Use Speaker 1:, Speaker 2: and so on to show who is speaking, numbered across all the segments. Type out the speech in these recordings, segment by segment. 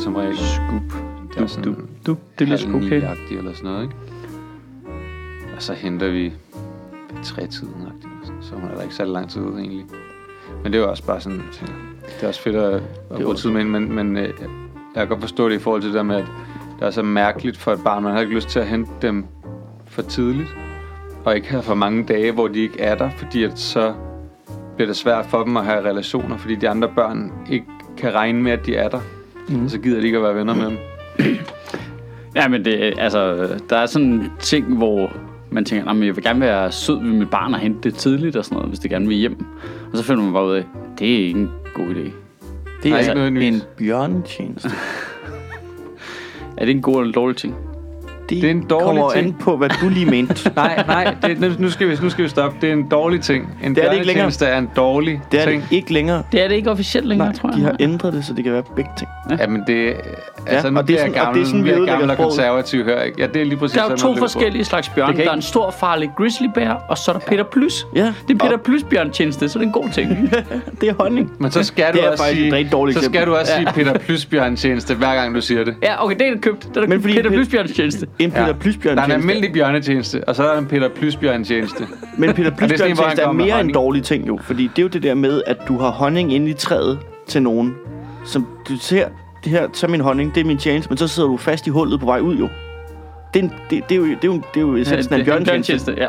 Speaker 1: som regel.
Speaker 2: Scoop.
Speaker 1: Det er sådan
Speaker 2: Du, du, det lyder sgu okay.
Speaker 1: halvniagtigt eller sådan noget, ikke? Og så henter vi ved tre-tiden, så hun er der ikke særlig lang tid ude egentlig. Men det er jo også bare sådan, det er også fedt at, at bruge
Speaker 2: også-
Speaker 1: tid med hende, men, men øh, jeg kan godt forstå det i forhold til det der med, at det er så mærkeligt for et barn, man har ikke lyst til at hente dem for tidligt, og ikke have for mange dage, hvor de ikke er der, fordi at så bliver det svært for dem at have relationer, fordi de andre børn ikke kan regne med, at de er der. Mm. Og så gider de ikke at være venner med dem.
Speaker 3: Ja, men det, altså, der er sådan en ting, hvor man tænker, "Nå, men jeg vil gerne være sød ved mit barn og hente det tidligt og sådan noget, hvis det gerne vil hjem. Og så finder man bare ud af, det er ikke en god idé.
Speaker 2: Det er
Speaker 1: Nej,
Speaker 2: altså
Speaker 1: ikke
Speaker 2: en
Speaker 1: nødvendigvis.
Speaker 2: bjørnetjeneste.
Speaker 3: Er det en god eller en dårlig ting?
Speaker 1: Det er en dårlig
Speaker 2: kommer
Speaker 1: ting.
Speaker 2: an på, hvad du lige mente.
Speaker 1: Nej, nej, det, nu- nu, skal vi, nu skal vi stoppe. Det er en dårlig ting. En
Speaker 2: Det er det ikke længere.
Speaker 1: bjørnetjeneste er en dårlig
Speaker 2: Det er
Speaker 1: ting.
Speaker 2: det ikke længere.
Speaker 3: Det er det ikke officielt længere, tror jeg.
Speaker 2: De har ændret det, så det kan være begge ting.
Speaker 1: Jamen, det, altså, nu
Speaker 2: Ja, og det er
Speaker 1: bliver jeg
Speaker 2: sådan- og
Speaker 1: gammel,
Speaker 2: det er sådan, vi
Speaker 1: bliver jeg
Speaker 2: ødelægger
Speaker 1: gammel og
Speaker 2: sproget.
Speaker 1: konservativ her, ikke? Ja, det er lige præcis
Speaker 3: Der er
Speaker 1: sådan,
Speaker 3: jo
Speaker 1: man
Speaker 3: to
Speaker 1: bliver
Speaker 3: forskellige slags bjørne.
Speaker 1: Det kan
Speaker 3: Der er
Speaker 1: ikke-
Speaker 3: en stor, farlig grizzlybær, og så er der Peter Plys.
Speaker 2: Ja.
Speaker 3: Det er Peter Plys bjørntjeneste, så det er en god ting.
Speaker 2: Det er honning.
Speaker 1: brugt. Men så skal
Speaker 2: Det
Speaker 1: du
Speaker 2: er
Speaker 1: også
Speaker 2: faktisk et
Speaker 1: sige,
Speaker 2: rigtig dårligt
Speaker 1: så skal
Speaker 2: eksempel.
Speaker 1: du også sige Peter Plysbjørn tjeneste, hver gang du siger det.
Speaker 3: ja, okay, det er købt. Det er der
Speaker 2: Men
Speaker 3: købt
Speaker 2: fordi
Speaker 3: Peter
Speaker 2: Pet-
Speaker 3: Plys bjørntjeneste.
Speaker 2: En Peter ja.
Speaker 1: Der er en
Speaker 2: Plysbjørn
Speaker 1: almindelig bjørnetjeneste, og så er der en Peter Plysbjørn tjeneste.
Speaker 2: Men Peter
Speaker 1: sådan en, hvor
Speaker 2: Plysbjørn
Speaker 1: han
Speaker 2: tjeneste er
Speaker 1: kommer med
Speaker 2: mere en
Speaker 1: honning?
Speaker 2: dårlig ting jo. Fordi det er jo det der med, at du har honning inde i træet til nogen. Som du ser, det her, tag min honning, det er min tjeneste. Men så sidder du fast i hullet på vej ud jo. Det er, en, det, det er jo, det er jo, det er jo essensen af en bjørnetjeneste.
Speaker 3: ja.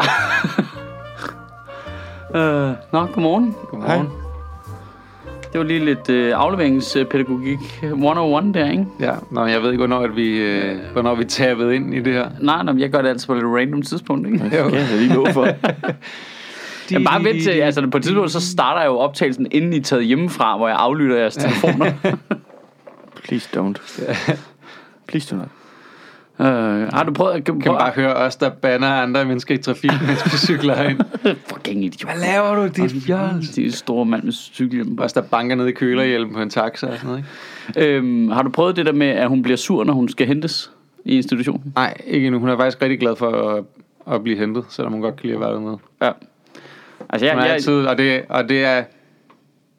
Speaker 3: øh, nå, godmorgen.
Speaker 1: Godmorgen.
Speaker 3: Det var lige lidt øh, afleveringspædagogik 101 der, ikke?
Speaker 1: Ja, nå, men jeg ved ikke, hvornår, at vi, øh, hvornår vi tabede ind i det her.
Speaker 3: Nej, nej, men jeg gør det altså på et lidt random tidspunkt, ikke?
Speaker 1: Jo.
Speaker 2: Ja, jeg lige lå for.
Speaker 3: Jeg bare vent til, altså på et tidspunkt, så starter jeg jo optagelsen, inden I er taget hjemmefra, hvor jeg aflytter jeres telefoner.
Speaker 2: Please don't. Please do not.
Speaker 3: øh, har du prøvet at... Kan,
Speaker 1: Kan man bare høre os, der banner andre mennesker i trafikken, mens vi cykler ind.
Speaker 3: Fucking idiot. altså.
Speaker 1: Hvad laver du, dit fjols?
Speaker 3: Det er en stor mand med cykelhjelm.
Speaker 1: Også der banker ned i kølerhjelmen på en taxa og sådan noget, ikke?
Speaker 3: Øhm, har du prøvet det der med, at hun bliver sur, når hun skal hentes i institutionen?
Speaker 1: Nej, ikke endnu. Hun er faktisk rigtig glad for at, at blive hentet, selvom hun godt kan lide at være dernede.
Speaker 3: Ja. Altså, jeg,
Speaker 1: Hun er
Speaker 3: jeg,
Speaker 1: altid, og det, og det er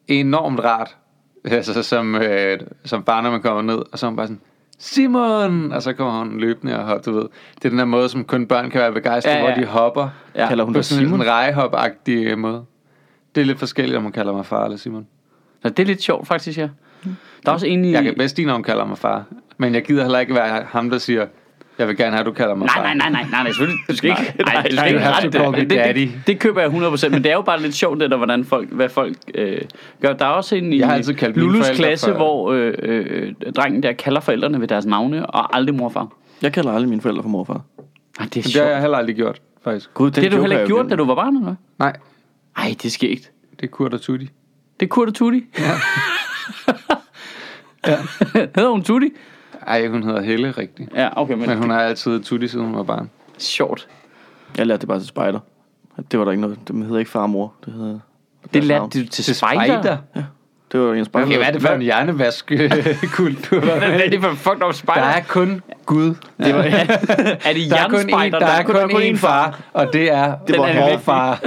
Speaker 1: enormt rart, altså som, øh, som barn, når man kommer ned, og så er hun bare sådan, Simon! Og så kommer hun løbende og hopper, du ved. Det er den der måde, som kun børn kan være begejstrede,
Speaker 3: Ja,
Speaker 1: ja,
Speaker 3: ja.
Speaker 1: ja. hvor de hopper.
Speaker 3: ja.
Speaker 2: Kalder hun
Speaker 1: På
Speaker 2: dig
Speaker 1: sådan
Speaker 2: Simon?
Speaker 1: en rejehop-agtig øh, måde. Det er lidt forskelligt, om hun kalder mig far eller Simon.
Speaker 3: Nå, det er lidt sjovt, faktisk, ja. Der er også en i...
Speaker 1: Jeg kan bedst lide, når hun kalder mig far. Men jeg gider heller ikke være ham, der siger, jeg vil gerne have, at du kalder mig far.
Speaker 3: Nej, nej, nej, nej, nej, nej, selvfølgelig. Du skal ikke, nej, du
Speaker 1: nej,
Speaker 3: skal ikke
Speaker 1: you have
Speaker 3: rette
Speaker 1: to call me
Speaker 3: det. Det,
Speaker 1: daddy.
Speaker 3: det, det, køber jeg 100%, men det er jo bare lidt sjovt, det der, hvordan folk, hvad folk øh, gør. Der er også en i
Speaker 1: Jeg har altid kaldt mine
Speaker 3: Lulus
Speaker 1: forældre
Speaker 3: klasse,
Speaker 1: for-
Speaker 3: hvor øh, øh, drengen der kalder forældrene ved deres navne, og aldrig morfar.
Speaker 2: Jeg kalder alle mine forældre for morfar.
Speaker 3: Ej, det er
Speaker 1: Men det har
Speaker 3: sjovt.
Speaker 1: jeg heller aldrig gjort, faktisk.
Speaker 2: Gud, den
Speaker 3: Det har du
Speaker 2: joke
Speaker 3: heller
Speaker 2: er
Speaker 3: ikke
Speaker 2: jo
Speaker 3: gjort,
Speaker 2: glemt.
Speaker 3: da du var barn, eller hvad?
Speaker 1: Nej,
Speaker 3: Ej, det sker ikke.
Speaker 1: det er Kurt og Tutti.
Speaker 3: Det er Kurt og Tutti. Ja. Hedder hun Tutti?
Speaker 1: Ej, hun hedder Helle, rigtigt.
Speaker 3: Ja, okay, men,
Speaker 1: Men hun har altid Tutti, siden hun var barn.
Speaker 3: sjovt.
Speaker 2: Jeg lærte det bare til spejder. Det var der ikke noget. Det hedder ikke far og mor. Det hedder...
Speaker 3: Det
Speaker 2: deres
Speaker 3: lærte
Speaker 2: navn.
Speaker 3: du til, til spider. spider.
Speaker 2: Det var en spejder.
Speaker 1: Okay, hvad er det for en hjernevaskkultur?
Speaker 3: Hvad er det for en fucked up spider?
Speaker 1: Der er kun Gud.
Speaker 3: det var, er det
Speaker 1: Der er kun
Speaker 3: jernspejder?
Speaker 1: én, der er kun én far, og det er
Speaker 2: Det var
Speaker 1: vor far.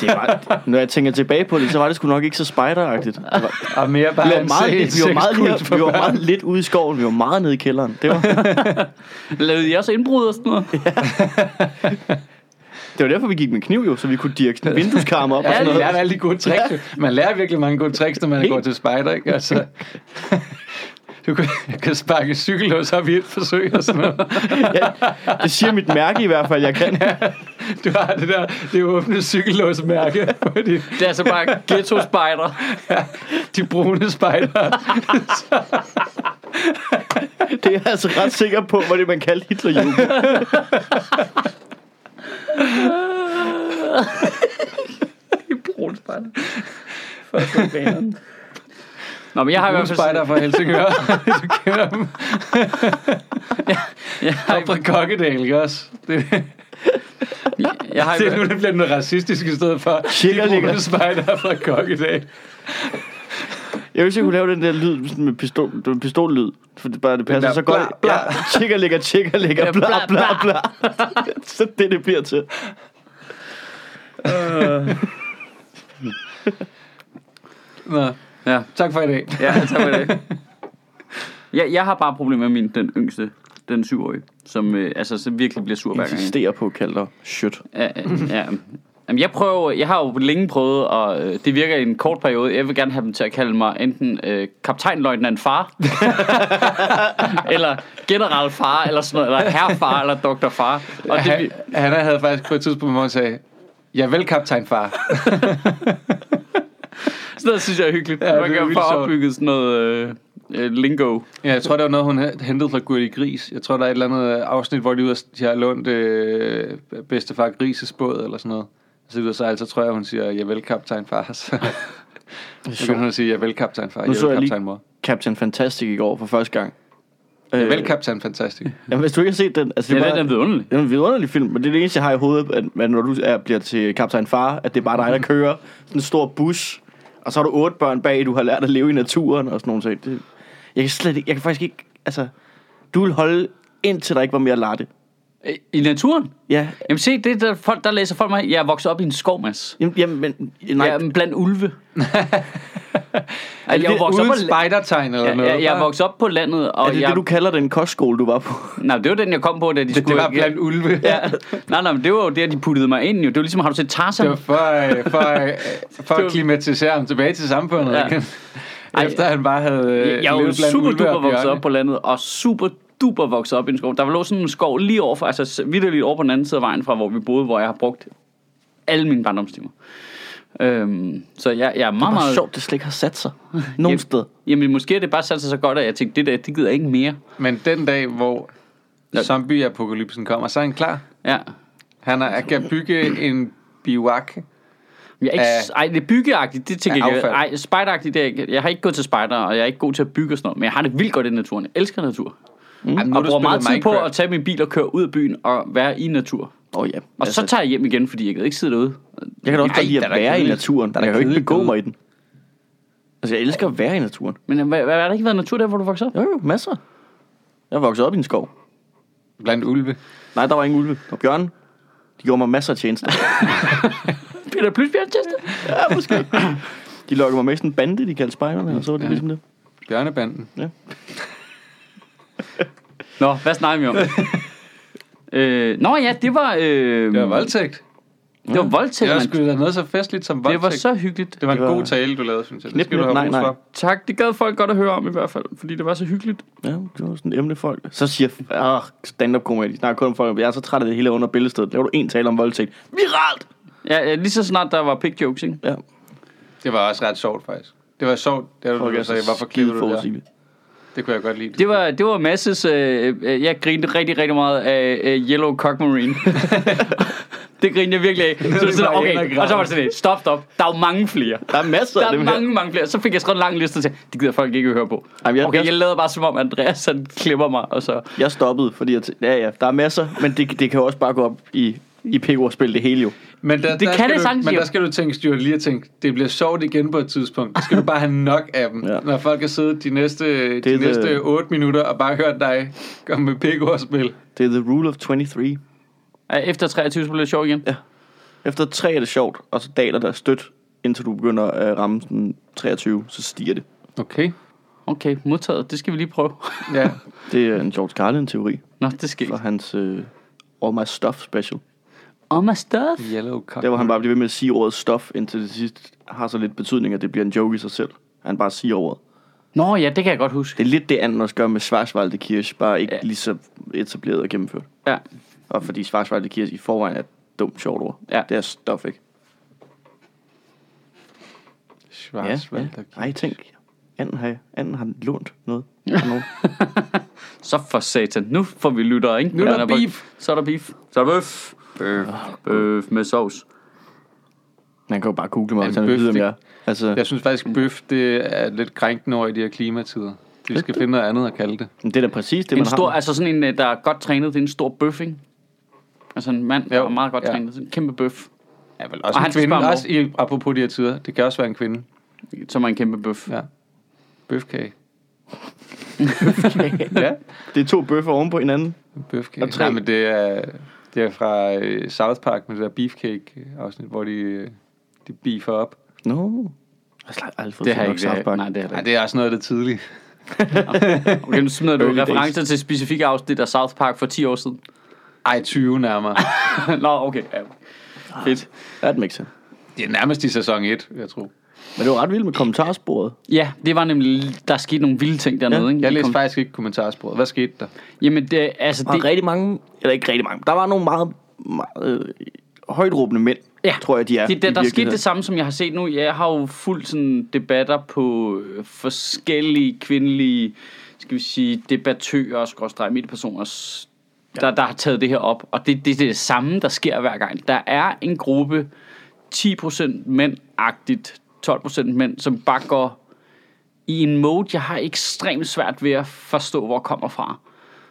Speaker 2: Det var, når jeg tænker tilbage på det, så var det sgu nok ikke så spejderagtigt. Det var-
Speaker 1: Og mere bare
Speaker 2: Vi var
Speaker 1: en
Speaker 2: meget,
Speaker 1: se-
Speaker 2: lidt, vi var meget,
Speaker 1: sexkult
Speaker 2: lidt,
Speaker 1: for
Speaker 2: vi var
Speaker 1: børn.
Speaker 2: meget lidt ude i skoven. Vi var meget nede i kælderen. Det var,
Speaker 3: Lavede I også indbrud og sådan noget?
Speaker 2: det var derfor, vi gik med kniv jo, så vi kunne dirke sådan vindueskarme op og sådan
Speaker 1: Man
Speaker 2: noget.
Speaker 1: lærer alle de gode tricks. jo. Man lærer virkelig mange gode tricks, når man
Speaker 2: Helt.
Speaker 1: går til spejder, ikke? Altså, du kan, kan sparke en cykellås op i et forsøg og sådan noget.
Speaker 2: Ja, det siger mit mærke i hvert fald, jeg kan.
Speaker 1: Du har det der, det åbne cykellåsmærke på din,
Speaker 3: Det er altså bare ghetto spider.
Speaker 1: de brune spejder.
Speaker 2: Det er jeg altså ret sikker på, var det, man kaldte Hitlerjugend.
Speaker 3: Brun spider. Fuck, baneren. Nå, men jeg har i
Speaker 1: Brune
Speaker 3: hvert fald...
Speaker 1: spejder fra Helsingør. du kender dem.
Speaker 3: Jeg
Speaker 1: Og
Speaker 3: har, i-
Speaker 1: fra Kokkedal, ikke også? Det,
Speaker 3: jeg har, i-
Speaker 1: det er nu, det bliver noget racistisk i stedet for.
Speaker 2: Sikkert
Speaker 1: de
Speaker 2: ligger-
Speaker 1: brune spejder fra Kokkedal.
Speaker 2: Jeg hvis jeg kunne lave den der lyd sådan med pistol, det var en pistollyd, for det bare det passer
Speaker 1: der
Speaker 2: så godt.
Speaker 1: bla, bla.
Speaker 2: Ja, tjekker ligger, tjekker ligger,
Speaker 3: Ja,
Speaker 2: bla
Speaker 3: bla,
Speaker 2: bla bla. så det det bliver til.
Speaker 1: Nå,
Speaker 3: Ja,
Speaker 1: tak for i dag.
Speaker 3: ja, tak for det. Jeg, jeg har bare problemer med min, den yngste, den syvårige, som øh, altså, så virkelig bliver sur hver gang.
Speaker 2: Insisterer på at kalde dig shit.
Speaker 3: Ja, ja, ja. Jamen, jeg, prøver, jeg har jo længe prøvet, og øh, det virker i en kort periode. Jeg vil gerne have dem til at kalde mig enten øh, kaptajnløjtnant far, eller general far, eller sådan noget, eller herrefar, eller doktor far. Og det,
Speaker 1: Han,
Speaker 3: vi-
Speaker 1: han havde faktisk på et tidspunkt, hvor han sagde, Ja, vel, kaptajn far.
Speaker 3: sådan noget synes jeg er hyggeligt.
Speaker 1: Ja,
Speaker 3: Ja,
Speaker 1: det
Speaker 3: Man
Speaker 1: er
Speaker 3: kan
Speaker 1: vildt
Speaker 3: få
Speaker 1: sjovt.
Speaker 3: opbygget sådan noget øh, øh, lingo.
Speaker 1: Ja, jeg tror, det var noget, hun h- hentede fra Gurli Gris. Jeg tror, der er et eller andet øh, afsnit, hvor de, er ude, at- de har lånt øh, bedstefar Grises båd, eller sådan noget. Så er de ude at sejle, så tror jeg, hun siger, ja, vel, kaptajn far. Så kan hun at sige, ja, vel, kaptajn far.
Speaker 2: Nu
Speaker 1: Ja,
Speaker 2: så
Speaker 1: vel,
Speaker 2: jeg lige-
Speaker 1: kaptajn mor.
Speaker 2: Captain Fantastic i går for første gang.
Speaker 1: Ja,
Speaker 2: Øh,
Speaker 1: vel, kaptajn fantastisk.
Speaker 2: Jamen, hvis du ikke har set den, altså,
Speaker 3: Det
Speaker 2: det
Speaker 3: er
Speaker 2: er
Speaker 3: den, der
Speaker 2: bare,
Speaker 3: er vidunderlig.
Speaker 2: det er en vidunderlig film, men det er det eneste, jeg har i hovedet, at, at når du er, bliver til kaptajn far, at det er bare dig, der kører sådan en stor bus, og så har du otte børn bag, du har lært at leve i naturen og sådan nogle ting. Det, jeg kan slet ikke, jeg kan faktisk ikke, altså, du vil holde indtil der ikke var mere latte.
Speaker 3: Øh, I naturen?
Speaker 2: Ja,
Speaker 3: Jamen se, det er der, folk, der læser folk mig, jeg er vokset op i en skov, Mads.
Speaker 2: jamen, jamen men, nej,
Speaker 3: Nej. Jeg er blandt ulve. Altså, jeg er
Speaker 1: Det er
Speaker 3: vokset op
Speaker 1: uden
Speaker 3: på la-
Speaker 1: spejdertegn eller
Speaker 3: Ja,
Speaker 1: noget.
Speaker 3: jeg, jeg er
Speaker 1: Bare-
Speaker 3: vokset op på landet, og
Speaker 2: er det
Speaker 3: jeg...
Speaker 2: det, du kalder den kostskole, du var på?
Speaker 3: Nej, det var den, jeg kom på, da de
Speaker 1: det, det
Speaker 3: skulle...
Speaker 1: var blandt ulve. Ja.
Speaker 3: Ja. Nej, nej, men det var jo der, de puttede mig ind jo. Det var ligesom, har du set Tarzan?
Speaker 1: Det var for, øh, for, øh, for
Speaker 3: Det var-
Speaker 1: at klimatisere ham tilbage til samfundet
Speaker 3: Ja.
Speaker 1: ja. igen.
Speaker 3: Ej.
Speaker 1: Efter han bare havde øh,
Speaker 3: jeg, jeg er jo
Speaker 1: levet blandt
Speaker 3: super
Speaker 1: ulve og
Speaker 3: duper vokset
Speaker 1: bjørne.
Speaker 3: op på landet, og super duper vokset op i en skov. Der lå sådan en skov lige overfor, altså vidderligt over på den anden side af vejen fra, hvor vi boede, hvor jeg har brugt alle mine barndomstimer. Øhm, så jeg, jeg er meget,
Speaker 2: Det er bare
Speaker 3: meget...
Speaker 2: sjovt, det slet ikke har sat sig. Nogen
Speaker 3: Jamen-
Speaker 2: sted.
Speaker 3: Jamen, måske er det bare sat sig så godt, at jeg tænkte, det der, det gider jeg ikke mere.
Speaker 1: Men den dag, hvor
Speaker 3: Ja.
Speaker 1: zombie-apokalypsen kommer, så er han klar.
Speaker 3: Ja.
Speaker 1: Han er, kan bygge en biwak.
Speaker 3: Jeg er ikke,
Speaker 1: Af-
Speaker 3: ej, det er byggeagtigt, det tænker
Speaker 1: Af
Speaker 3: jeg ikke.
Speaker 1: affald.
Speaker 3: Ej, spejderagtigt, det er jeg ikke. Jeg har ikke gået til spejder, og jeg er ikke god til at bygge og sådan noget, men jeg har det vildt godt i naturen. Jeg elsker natur.
Speaker 1: Mm. Ej, nu har
Speaker 3: og
Speaker 1: du
Speaker 3: bruger
Speaker 1: spillet
Speaker 3: meget tid
Speaker 1: Minecraft.
Speaker 3: på at tage min bil og køre ud af byen og være i natur.
Speaker 2: Åh oh, ja.
Speaker 3: Og så tager jeg hjem igen, fordi jeg gider ikke sidde derude.
Speaker 2: Jeg kan da også
Speaker 1: Ej,
Speaker 2: godt lide
Speaker 1: der
Speaker 2: at
Speaker 1: er da
Speaker 2: være i
Speaker 1: kedeligt.
Speaker 2: naturen.
Speaker 1: Der er
Speaker 2: men
Speaker 1: da
Speaker 2: jeg kan jo ikke
Speaker 1: kedeligt
Speaker 2: begå
Speaker 1: derude.
Speaker 2: mig i den. Altså, jeg elsker at være i naturen.
Speaker 3: Men øh, hvad, hvad er der ikke været natur der, hvor du voksede op?
Speaker 2: Jo, jo, masser. Jeg voksede op i en skov.
Speaker 1: Blandt ulve.
Speaker 2: Nej, der var ingen ulve. Og bjørne, de gjorde mig masser af tjenester.
Speaker 3: Peter Plysbjergtjeste?
Speaker 2: ja, måske. De lukkede mig med i sådan en bande, de kaldte spejderne, og så var det
Speaker 1: Ja.
Speaker 2: ligesom det.
Speaker 1: Bjørnebanden.
Speaker 3: Nå, hvad snakker vi om? øh, nå ja, det var... Øh,
Speaker 1: Det var voldtægt.
Speaker 3: Det var
Speaker 1: Det
Speaker 3: voldtægt,
Speaker 1: var
Speaker 3: mand.
Speaker 1: sgu da noget så festligt som voldtægt.
Speaker 3: Det var så hyggeligt.
Speaker 1: det var en
Speaker 2: det var-
Speaker 1: god tale, du lavede, synes jeg. Det
Speaker 2: Knip,
Speaker 1: skal du have
Speaker 2: knip,
Speaker 1: ros
Speaker 2: nej, nej.
Speaker 1: for.
Speaker 3: Tak, det gad folk godt at høre om i hvert fald, fordi det var så hyggeligt.
Speaker 2: Ja, det var sådan et emne folk. Så siger ah, stand-up komedi, de snakker kun om folk, jeg er så træt af det hele under billedstedet. Laver du en tale om voldtægt? Viralt!
Speaker 3: Ja, ja, lige så snart der var pick jokes, ikke?
Speaker 2: Ja,
Speaker 1: Det var også ret sjovt, faktisk. Det var sjovt. Det var,
Speaker 2: folk
Speaker 1: du
Speaker 2: er
Speaker 1: sagde,
Speaker 2: så
Speaker 1: hvorfor klippede du det der?
Speaker 2: skideforudsigelige.
Speaker 1: Det kunne jeg godt lide.
Speaker 3: Det var, det var masses... Øh, øh, jeg grinte rigtig, rigtig meget af øh, Yellow Cock Marine. det grinede jeg virkelig af. Så det var sådan,
Speaker 1: bare ender og
Speaker 3: okay,
Speaker 1: græder.
Speaker 3: og så var det sådan lidt, stop, stop. Der er jo mange flere.
Speaker 2: Der er masser
Speaker 3: Der
Speaker 2: af
Speaker 3: er
Speaker 2: dem her.
Speaker 3: mange, mange flere. Så fik jeg skrevet en lang liste til, det gider folk ikke at høre på.
Speaker 2: Jamen, jeg-
Speaker 3: okay,
Speaker 2: jeg-
Speaker 3: jeg lavede bare som om Andreas han klipper mig, og så...
Speaker 2: Jeg stoppede, fordi jeg tæ- ja, ja, der er masser, men det, det kan jo også bare gå op i, i P-ordspil, det hele jo.
Speaker 1: Men der,
Speaker 3: Det
Speaker 1: der
Speaker 3: kan
Speaker 1: skal
Speaker 3: det
Speaker 1: du,
Speaker 3: sagtens,
Speaker 1: Men
Speaker 3: jo.
Speaker 1: der skal du tænke, Stuart, lige at tænke, det bliver sjovt igen på et tidspunkt. Der skal du bare have nok af dem,
Speaker 2: Ja.
Speaker 1: ja. når folk har siddet de næste, de
Speaker 2: det-
Speaker 1: næste 8 minutter og bare hørt dig komme med pikordspil.
Speaker 2: Det er the rule of 23.
Speaker 3: Ja, Efter 23, så blev det sjovt igen.
Speaker 2: Ja. Efter 3 er det sjovt, og så daler der stødt, indtil du begynder at ramme sådan 23, så stiger det.
Speaker 1: Okay.
Speaker 3: Okay, modtaget. Det skal vi lige prøve.
Speaker 1: Ja.
Speaker 2: Det er en George Carlin-teori
Speaker 3: Nå, det skal
Speaker 2: fra
Speaker 3: ikke.
Speaker 2: hans øh, All My Stuff special.
Speaker 3: Oh my stuff.
Speaker 1: Yellow cock.
Speaker 2: Der hvor han bare bliver ved med at sige ordet stof, indtil det sidst har så lidt betydning, at det bliver en joke i sig selv. Han bare siger ordet.
Speaker 3: Nå ja, det kan jeg godt huske.
Speaker 2: Det er lidt det andet også gør med Schwarzwalde Kirsch, bare ikke
Speaker 3: Ja.
Speaker 2: ja. lige så etableret og gennemført.
Speaker 3: Ja.
Speaker 2: Og fordi Schwarzwalde Kirsch i forvejen er et dumt sjovt ord.
Speaker 3: Ja.
Speaker 2: Det er stof, ikke?
Speaker 1: Schwarzwald.
Speaker 2: Nej, tænk. Anden har, anden har lånt noget. af nogen.
Speaker 3: Så for satan. Nu får vi lyttere, ikke?
Speaker 1: Nu er der
Speaker 3: Ja,
Speaker 1: beef.
Speaker 3: Så er der beef. Ah, Så er der bøf. Bøf. Bøf med sovs.
Speaker 2: Man kan jo bare google mig, hvis
Speaker 1: En
Speaker 2: han vil vide, om
Speaker 1: bøf,
Speaker 2: jeg... Altså,
Speaker 1: Jeg synes faktisk, bøf, det er lidt krænkende over i de her klimatider. Vi skal finde noget andet at kalde det.
Speaker 2: men det er da præcis det,
Speaker 3: En
Speaker 2: man
Speaker 3: stor,
Speaker 2: har.
Speaker 3: altså sådan en, øh, der er godt trænet, det er en stor bøf, ikke? Altså en mand, der
Speaker 1: Jo,
Speaker 3: er meget godt
Speaker 1: ja.
Speaker 3: trænet. Sådan en kæmpe bøf.
Speaker 1: Ja, vel
Speaker 3: Og
Speaker 1: også
Speaker 3: han
Speaker 1: en
Speaker 3: skal
Speaker 1: kvinde.
Speaker 3: spørge om
Speaker 1: Også i, apropos de her tider. Det kan også være en kvinde.
Speaker 3: Som er en kæmpe bøf.
Speaker 1: Ja. Bøfkage.
Speaker 2: ja. Det er to bøffer oven på hinanden.
Speaker 1: Bøfkage.
Speaker 2: Og tre.
Speaker 1: Nej, men det er, det er fra øh, South Park med det der beefcake-afsnit, hvor de, øh, de beefer op.
Speaker 2: Nå. No. Jeg har aldrig fået
Speaker 3: Det
Speaker 2: det
Speaker 3: har jeg
Speaker 2: nok
Speaker 3: ikke.
Speaker 2: South Park.
Speaker 3: Nej, det har jeg
Speaker 1: Nej,
Speaker 3: ikke.
Speaker 1: det er også noget af det tidlige.
Speaker 3: Okay, nu smider du
Speaker 1: Early
Speaker 3: referencer til specifikke afsnit af South Park for 10 år siden.
Speaker 1: Ej, 20 nærmere.
Speaker 3: Nå, okay. Ja. Fedt.
Speaker 2: That makes sense.
Speaker 1: Det er nærmest i sæson 1, jeg tror.
Speaker 2: Men det var ret vildt med kommentarsporet.
Speaker 3: Ja, det var nemlig, der skete nogle vilde ting dernede.
Speaker 2: Ja,
Speaker 3: ikke?
Speaker 1: Jeg
Speaker 3: Vi
Speaker 1: læste
Speaker 3: kom-
Speaker 1: faktisk ikke kommentarsporet. Hvad skete der?
Speaker 3: Jamen, det, altså,
Speaker 2: Der var
Speaker 3: det,
Speaker 2: rigtig mange, eller ikke rigtig mange, der var nogle meget, meget øh, højt råbende mænd, ja. tror jeg, de er.
Speaker 3: Det, der,
Speaker 2: i
Speaker 3: der skete
Speaker 2: virkeligheden.
Speaker 3: det samme, som jeg har set nu. Jeg har jo fuldt sådan debatter på øh, forskellige kvindelige, skal vi sige, debattører, skråstrej, midtpersoner, der, der har taget det her op. Og det er det, er det samme, der sker hver gang. Der er en gruppe 10% mænd-agtigt, 12% mænd, som bare går i en mode, jeg har ekstremt svært ved at forstå, hvor kommer fra.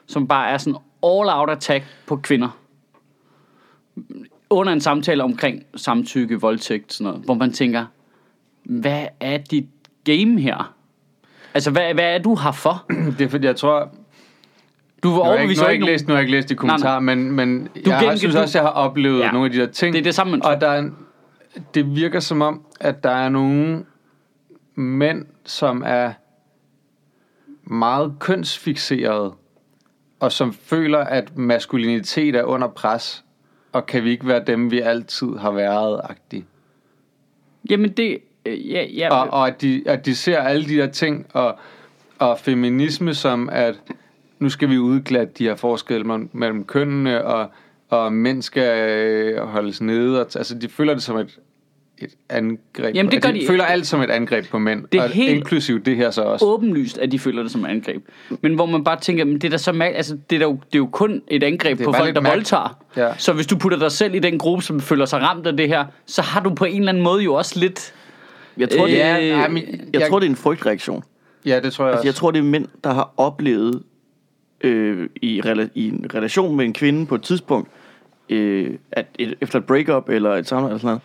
Speaker 3: Som bare er sådan all-out attack på kvinder under en samtale omkring samtykke, voldtægt, sådan noget, hvor man tænker, hvad er dit game her? Altså, hvad, hvad er du her for?
Speaker 1: Det er fordi, jeg tror...
Speaker 3: Du var
Speaker 1: Nu har jeg ikke, nu
Speaker 3: overbevist
Speaker 1: har jeg
Speaker 3: ikke
Speaker 1: ikke
Speaker 3: nogen...
Speaker 1: læst, nu har jeg ikke læst de kommentarer, men, men jeg har,
Speaker 3: gengiver-
Speaker 1: synes
Speaker 3: du-
Speaker 1: også, jeg har oplevet
Speaker 3: Ja.
Speaker 1: nogle af de der ting.
Speaker 3: Det er det samme mønster.
Speaker 1: Og der er en, det virker som om, at der er nogle mænd, som er meget kønsfixerede, og som føler, at maskulinitet er under pres, og kan vi ikke være dem, vi altid har været, agtige.
Speaker 3: Jamen, det... Øh, ja, ja,
Speaker 1: og, og at, de, at de ser alle de der ting, og, og feminisme som, at nu skal vi udglatte de her forskelle mellem, mellem kønnene, og, og mænd skal øh, holdes nede. Og, t- altså, de føler det som et, et angreb.
Speaker 3: Jamen, det
Speaker 1: på-
Speaker 3: gør
Speaker 1: de
Speaker 3: de.
Speaker 1: føler alt som et angreb på mænd,
Speaker 3: Det er
Speaker 1: og
Speaker 3: helt-
Speaker 1: inklusiv det her så også.
Speaker 3: åbenlyst, at de føler det som angreb. Men hvor man bare tænker, men det er da så mærkeligt, altså det er, da jo, det er jo kun et angreb
Speaker 1: er
Speaker 3: på
Speaker 1: bare
Speaker 3: folk,
Speaker 1: lidt
Speaker 3: der
Speaker 1: mærk-
Speaker 3: voldtager.
Speaker 1: Ja.
Speaker 3: Så hvis du putter dig selv i den gruppe, som føler sig ramt af det her, så har du på en eller anden måde jo også lidt...
Speaker 2: Jeg tror, det er,
Speaker 3: Øh,
Speaker 1: nej, men
Speaker 2: jeg,
Speaker 1: jeg-
Speaker 2: jeg tror, det er en frygtreaktion.
Speaker 1: Ja, det tror jeg
Speaker 2: Altså, jeg
Speaker 1: også.
Speaker 2: tror, det er mænd, der har oplevet øh, i, rela- i en relation med en kvinde på et tidspunkt, øh, at et, efter et breakup eller et samleje eller sådan noget,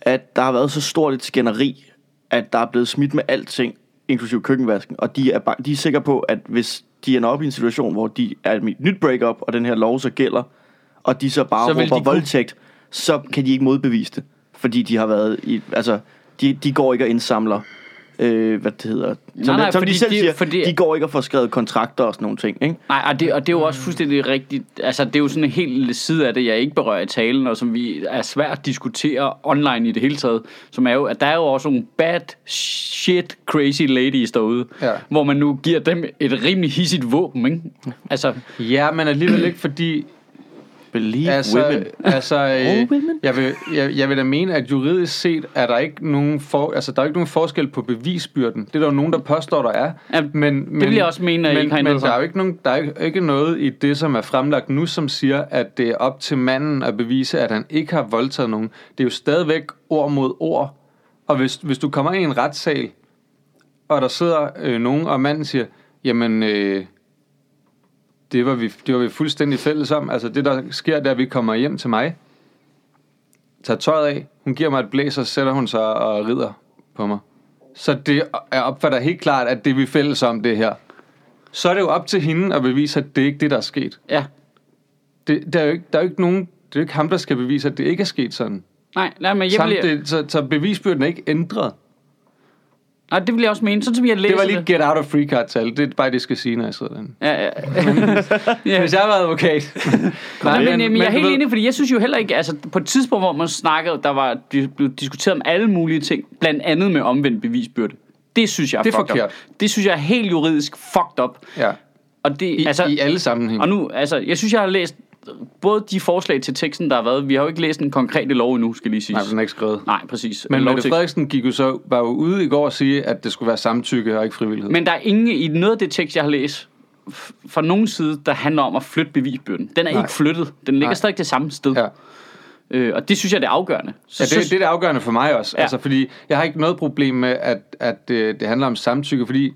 Speaker 2: at der har været så stort et skænderi, at der er blevet smidt med alting, inklusive køkkenvasken, og de er, ba- de er sikre på, at hvis de ender op i en situation, hvor de er i et nyt breakup, og den her lov så gælder, og de så bare
Speaker 3: Så
Speaker 2: så
Speaker 3: vil
Speaker 2: råber
Speaker 3: de kunne-
Speaker 2: voldtægt, så kan de ikke modbevise det, fordi de har været i, altså, de, de går ikke og indsamler, øh, hvad det hedder, som,
Speaker 3: Nej,
Speaker 2: nej,
Speaker 3: nej,
Speaker 2: nej, som
Speaker 3: fordi
Speaker 2: de selv
Speaker 3: de-
Speaker 2: de, siger,
Speaker 3: fordi-
Speaker 2: fordi... de går ikke og får skrevet kontrakter og sådan nogle ting, ikke?
Speaker 3: Nej, og det, og det er jo også fuldstændig rigtigt. Altså, det er jo sådan en helt side af det, jeg ikke berører i talen, og som vi er svært at diskutere online i det hele taget, som er jo, at der er jo også nogle bad shit crazy ladies derude,
Speaker 1: Ja.
Speaker 3: hvor man nu giver dem et rimelig hissigt våben, ikke? Altså,
Speaker 1: Ja, men alligevel ikke, fordi
Speaker 2: Believe
Speaker 1: altså,
Speaker 2: women.
Speaker 1: Altså,
Speaker 2: Oh,
Speaker 1: øh,
Speaker 2: women.
Speaker 1: jeg, vil, jeg, jeg vil da mene, at juridisk set er der ikke nogen, for, altså, der er ikke nogen forskel på bevisbyrden. Det er der jo nogen, der påstår, der er.
Speaker 3: Ja,
Speaker 1: men, men,
Speaker 3: vil jeg også mene, at I
Speaker 1: men,
Speaker 3: ikke har ændret
Speaker 1: men der
Speaker 3: sig.
Speaker 1: er jo ikke, nogen, der er ikke, ikke noget i det, som er fremlagt nu, som siger, at det er op til manden at bevise, at han ikke har voldtaget nogen. Det er jo stadigvæk ord mod ord. Og hvis, hvis du kommer ind i en retssal, og der sidder øh, nogen, og manden siger, jamen... Øh, det var, vi, det var vi fuldstændig fælles om. Altså det, der sker, da vi kommer hjem til mig, tager tøjet af, hun giver mig et blæs, og så sætter hun sig og rider på mig. Så det, jeg opfatter helt klart, at det vi er fælles om, det her. Så er det jo op til hende at bevise, at det ikke er det, der er sket.
Speaker 3: ja.
Speaker 1: Det, der, er jo ikke, der er jo ikke nogen, det er jo ikke ham, der skal bevise, at det ikke er sket sådan.
Speaker 3: Nej, nej, men jeg
Speaker 1: Samt,
Speaker 3: vil,
Speaker 1: det, så, så bevisbyrden er ikke ændret.
Speaker 3: nej, det vil jeg også mene, sådan som jeg læser
Speaker 1: Det var lige et get out of free card tal. Det er bare det, jeg skal sige, når jeg sidder derinde.
Speaker 3: Ja, ja. ja.
Speaker 1: Hvis jeg var advokat.
Speaker 3: Nej, men, men, men jeg er
Speaker 1: du
Speaker 3: helt
Speaker 1: ved-
Speaker 3: enig, fordi jeg synes jo heller ikke, altså på et tidspunkt, hvor man snakkede, der var det blev diskuteret om alle mulige ting, blandt andet med omvendt bevisbyrde. Det synes jeg er,
Speaker 1: Det er
Speaker 3: fucked
Speaker 1: forkert.
Speaker 3: Up. Det synes jeg er helt juridisk fucked up.
Speaker 1: Ja,
Speaker 3: Og det,
Speaker 1: i, altså, i alle sammenhænge.
Speaker 3: og nu, altså, jeg synes, jeg har læst både de forslag til teksten, der har været. Vi har jo ikke læst den konkrete lov endnu, skal lige sige.
Speaker 1: Nej, den er ikke skrevet.
Speaker 3: Nej, præcis.
Speaker 1: Men Mette
Speaker 3: Lovtekst.
Speaker 1: Frederiksen gik jo så, var jo ude i går og sige, at det skulle være samtykke og ikke frivillighed. Men,
Speaker 3: Men der er ingen i noget af det tekst, jeg har læst, f- fra nogen side, der handler om at flytte bevisbyrden. Den er
Speaker 1: Nej.
Speaker 3: ikke flyttet. Den ligger
Speaker 1: Nej.
Speaker 3: stadig det samme sted.
Speaker 1: ja.
Speaker 3: Øh, og det synes jeg det er afgørende. Så,
Speaker 1: ja, det, det er det afgørende for mig også.
Speaker 3: Ja.
Speaker 1: Ja. Altså, fordi jeg har ikke noget problem med, at, at øh, det handler om samtykke, fordi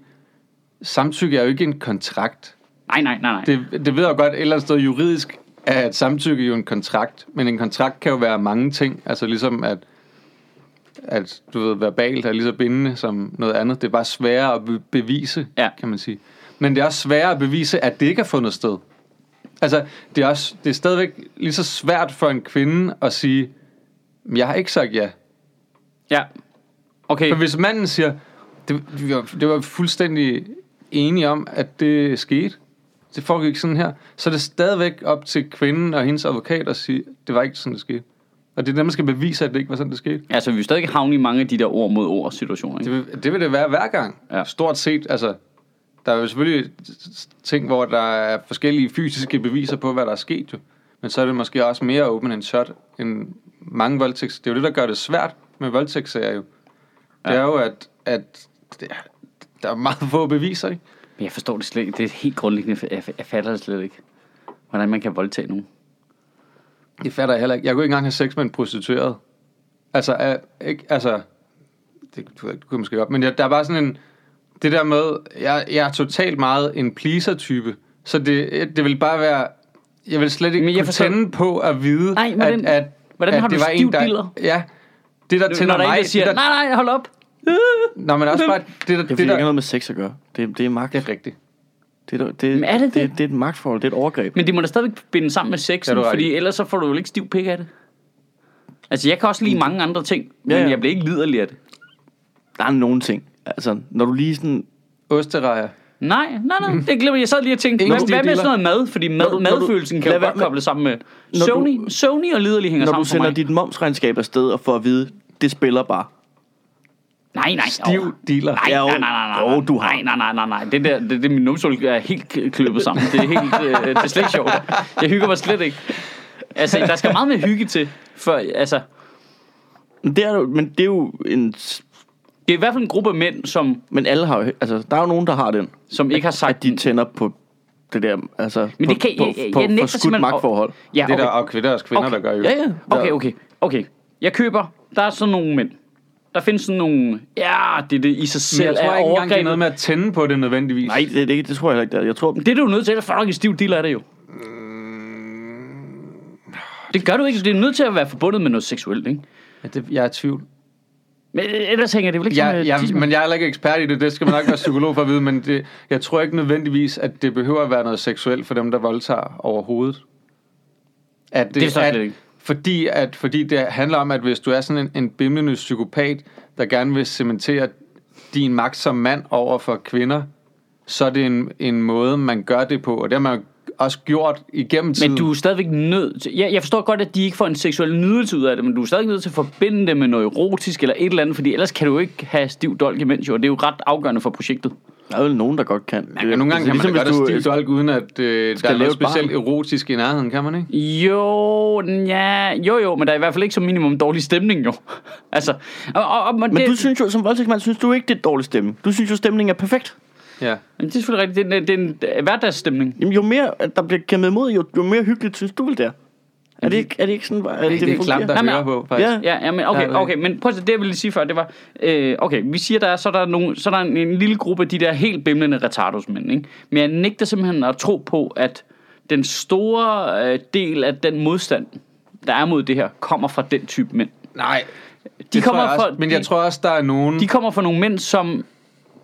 Speaker 1: samtykke er jo ikke en kontrakt.
Speaker 3: Nej, nej, nej, nej.
Speaker 1: Det, det ved jeg jo godt et eller andet sted juridisk, er, at samtykke er jo en kontrakt, men en kontrakt kan jo være mange ting. Altså ligesom at, at du ved, verbalt er lige så bindende som noget andet. Det er bare sværere at be- bevise,
Speaker 3: Ja.
Speaker 1: kan man sige. Men det er også sværere at bevise, at det ikke har fundet sted. Altså, det er, også, det er stadigvæk lige så svært for en kvinde at sige, "Men jeg har ikke sagt ja.
Speaker 3: Ja. Okay,
Speaker 1: For hvis manden siger, det, det, var, det var fuldstændig enige om, at det skete. Det foregik sådan her. Så er det stadigvæk op til kvinden og hendes advokat at sige, det var ikke sådan, det skete. Og det er dem, der skal bevise, at det ikke var sådan, det skete.
Speaker 3: Altså, vi er jo stadig havnet i mange af de der ord mod ord situationer,
Speaker 1: Det
Speaker 3: ikke?
Speaker 1: vil det, vil det være hver gang.
Speaker 3: Ja.
Speaker 1: Stort set, altså, der er jo selvfølgelig ting, hvor der er forskellige fysiske beviser på, hvad der er sket jo. Men så er det måske også mere open and shut end mange voldtægts. Det er jo det, der gør det svært med voldtægtssager jo. Det
Speaker 3: Ja.
Speaker 1: er jo, at, at det er, der er meget få beviser, ikke?
Speaker 3: Men jeg forstår det slet ikke. Det er helt grundlæggende. Jeg, jeg fatter det slet ikke. Hvordan man kan voldtage nogen.
Speaker 1: Det fatter jeg heller ikke. Jeg kunne ikke engang have sex med en prostitueret. Altså, er, ikke, altså det, du ved, det kunne jeg måske godt, men jeg, der er bare sådan en, det der med, jeg, jeg er totalt meget en pleaser-type, så det, det vil bare være, jeg vil slet ikke
Speaker 3: Men
Speaker 1: men
Speaker 3: jeg
Speaker 1: jeg kunne
Speaker 3: forstår-
Speaker 1: tænde på at vide,
Speaker 3: Ej, hvordan-
Speaker 1: at, at,
Speaker 3: hvordan
Speaker 1: at
Speaker 3: har
Speaker 1: det
Speaker 3: du
Speaker 1: var en,
Speaker 3: stiv
Speaker 1: der,
Speaker 3: diller?
Speaker 1: ja, det der
Speaker 3: Når
Speaker 1: tænder
Speaker 3: der er
Speaker 1: mig,
Speaker 3: en, der siger,
Speaker 1: det der,
Speaker 3: nej, nej, hold op.
Speaker 1: nej, men også bare, det der,
Speaker 2: Det er
Speaker 1: det,
Speaker 2: fordi, det
Speaker 1: der,
Speaker 2: ikke har noget med sex at gøre. Det, det er magt.
Speaker 1: det er rigtigt.
Speaker 2: Det, er, det,
Speaker 3: Men er det det?
Speaker 2: det, er et magtforhold. Det er et overgreb.
Speaker 3: Men det må da stadigvæk binde sammen med sexen,
Speaker 1: Ja, du
Speaker 3: ja,
Speaker 1: har ret
Speaker 3: fordi
Speaker 1: i.
Speaker 3: ellers så får du jo ikke stiv pik af det. Altså, jeg kan også lide mange andre ting, men
Speaker 2: Mm. ja.
Speaker 3: jeg bliver ikke liderlig af det.
Speaker 2: Der er nogle ting. Altså, når du lige sådan...
Speaker 1: Osterejer.
Speaker 3: Nej, nej, nej, det glemmer jeg. Jeg sad lige og tænkte,
Speaker 1: Ingen
Speaker 3: hvad,
Speaker 1: stiv
Speaker 3: hvad med
Speaker 1: dealer.
Speaker 3: sådan noget mad? Fordi mad,
Speaker 2: du- Mm. når du-
Speaker 3: madfølelsen kan
Speaker 2: lad
Speaker 3: jo
Speaker 2: være
Speaker 3: godt
Speaker 2: med-
Speaker 3: koble sammen med...
Speaker 2: du-
Speaker 3: Sony, Sony og liderlig hænger
Speaker 2: Når du
Speaker 3: sammen for
Speaker 2: sender
Speaker 3: mig.
Speaker 2: dit momsregnskab afsted og får at vide, det spiller bare.
Speaker 3: Nej, nej.
Speaker 1: Stiv
Speaker 3: åh.
Speaker 1: dealer.
Speaker 3: Nej,
Speaker 2: Ja, jo.
Speaker 3: nej, nej, nej, nej.
Speaker 2: Jo, du har.
Speaker 3: Nej, nej, nej, nej, nej. Det der, det, det min numsel er helt k- kløbet sammen. Det er, helt, øh, det er slet ikke sjovt. Jeg hygger mig slet ikke. Altså, der skal meget mere hygge til, før, altså...
Speaker 2: Men det er, jo- men det er jo en... s-
Speaker 3: Det er i hvert fald en gruppe af mænd, som,
Speaker 2: Men alle har jo... Altså, der er jo nogen, der har den.
Speaker 3: som ikke har sagt...
Speaker 2: At de tænder på det der... Altså,
Speaker 3: Men det
Speaker 2: på,
Speaker 3: kan-
Speaker 2: på,
Speaker 3: jeg- jeg-
Speaker 2: på,
Speaker 3: jeg
Speaker 2: på
Speaker 3: nægter
Speaker 2: forskudt
Speaker 3: simpelthen at-
Speaker 2: magtforhold.
Speaker 3: ja,
Speaker 1: Det er der
Speaker 3: okay.
Speaker 1: og kvinder og kvinder,
Speaker 3: Okay.
Speaker 1: der gør jo.
Speaker 2: Ja, ja.
Speaker 3: Okay, okay, okay. Jeg køber, der er sådan nogle mænd. Der findes sådan nogle, ja, det er det i sig
Speaker 1: Men
Speaker 3: selv
Speaker 1: jeg tror
Speaker 3: er
Speaker 1: ikke engang, det er noget
Speaker 3: overgrebet.
Speaker 1: med at tænde på det nødvendigvis.
Speaker 2: Nej, det, det, det tror jeg heller ikke, det er. Jeg tror,
Speaker 3: Det er du jo nødt til, at fucking stiv dealer er det jo.
Speaker 1: Mm.
Speaker 3: Det gør du ikke, det er nødt til at være forbundet med noget seksuelt, ikke?
Speaker 1: Ja, det, jeg er i tvivl.
Speaker 3: Men øh, ellers hænger det vel ikke
Speaker 1: Jeg,
Speaker 3: sammen
Speaker 1: jeg,
Speaker 3: med
Speaker 1: men jeg er heller ikke ekspert i det, det skal man nok være psykolog for at vide, men det, jeg tror ikke nødvendigvis, at det behøver at være noget seksuelt for dem, der voldtager overhovedet. At det,
Speaker 3: Det forstår jeg slet
Speaker 1: at,
Speaker 3: ikke.
Speaker 1: Fordi, at, fordi det handler om, at hvis du er sådan en, en bimlende psykopat, der gerne vil cementere din magt som mand over for kvinder, så er det en, en måde, man gør det på, og det har man jo også gjort igennem tiden.
Speaker 3: Men du er stadigvæk nødt til... Jeg, jeg forstår godt, at de ikke får en seksuel nydelse ud af det, men du er stadigvæk nødt til at forbinde det med noget erotisk eller et eller andet, fordi ellers kan du ikke have stiv dolk imens, jo, og det er jo ret afgørende for projektet.
Speaker 2: der er vel nogen, der godt kan.
Speaker 1: Ja, nogle gange kan
Speaker 3: ligesom,
Speaker 2: ligesom
Speaker 1: man da godt have stiv dolk, uden at øh, der er
Speaker 2: lave
Speaker 1: noget
Speaker 2: et barn.
Speaker 1: specielt erotisk i nærheden, kan man ikke?
Speaker 3: Jo, ja, jo, jo, men der er i hvert fald ikke som minimum dårlig stemning, jo. altså, og, og, og,
Speaker 2: Men du synes jo, som voldtægtsmand, synes du ikke, det er dårlig stemning. Du synes jo, stemningen er perfekt.
Speaker 1: Ja.
Speaker 3: Jamen, det er selvfølgelig rigtigt, det er en, det er en hverdagsstemning.
Speaker 2: Jamen, jo mere at der bliver kæmpet imod, jo, jo mere hyggeligt synes du vel det er. Er det ikke, er det ikke sådan, at det,
Speaker 1: Det, det er
Speaker 2: fungerer?
Speaker 1: klamt at
Speaker 3: Nej,
Speaker 1: høre
Speaker 3: men-
Speaker 1: på, faktisk.
Speaker 2: Ja.
Speaker 3: Ja, ja, men okay,
Speaker 1: Ja, det er
Speaker 3: okay, men prøv at se, det jeg ville sige før, det var, øh, okay, vi siger, der er, så er der, nogle, så er der en, en lille gruppe af de der helt bimlende retardosmænd, ikke? Men jeg nægter simpelthen at tro på, at den store øh, del af den modstand, der er mod det her, kommer fra den type mænd.
Speaker 1: Nej.
Speaker 3: De
Speaker 1: det
Speaker 3: kommer
Speaker 1: tror jeg
Speaker 3: fra-
Speaker 1: også, Men jeg
Speaker 3: de-
Speaker 1: tror også, der er nogen...
Speaker 3: De kommer fra nogle mænd, som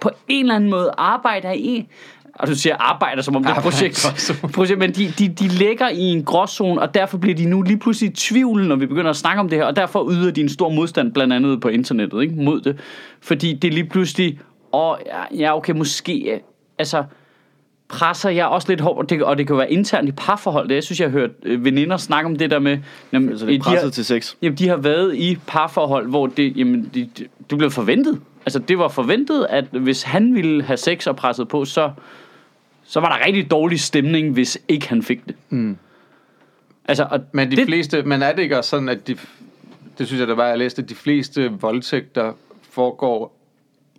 Speaker 3: på en eller anden måde arbejder i og du siger arbejder, som om det er et
Speaker 1: Arbejder i en
Speaker 3: projekt,
Speaker 1: gråzone.
Speaker 3: projekt men de, de, de ligger i en gråzone, og derfor bliver de nu lige pludselig i tvivl, når vi begynder at snakke om det her, og derfor yder de en stor modstand, blandt andet på internettet, ikke, mod det. Fordi det er lige pludselig, og ja, okay, måske, øh, altså, presser jeg også lidt hårdt, og det, og det kan jo være internt i parforhold, det jeg synes, jeg har hørt øh, veninder snakke om det der med, jamen,
Speaker 2: Altså,
Speaker 3: øh,
Speaker 2: det er
Speaker 3: de har-
Speaker 2: presset til sex.
Speaker 3: Jamen, de har været i parforhold, hvor det, jamen, de, de, du blev forventet. Altså, det var forventet, at hvis han ville have sex og presset på, så, så var der rigtig dårlig stemning, hvis ikke han fik det. Mm. Altså, og
Speaker 1: Men de
Speaker 3: det,
Speaker 1: det... fleste... Men er det ikke også sådan, at de... Det synes jeg, der var, jeg læste, at de fleste voldtægter foregår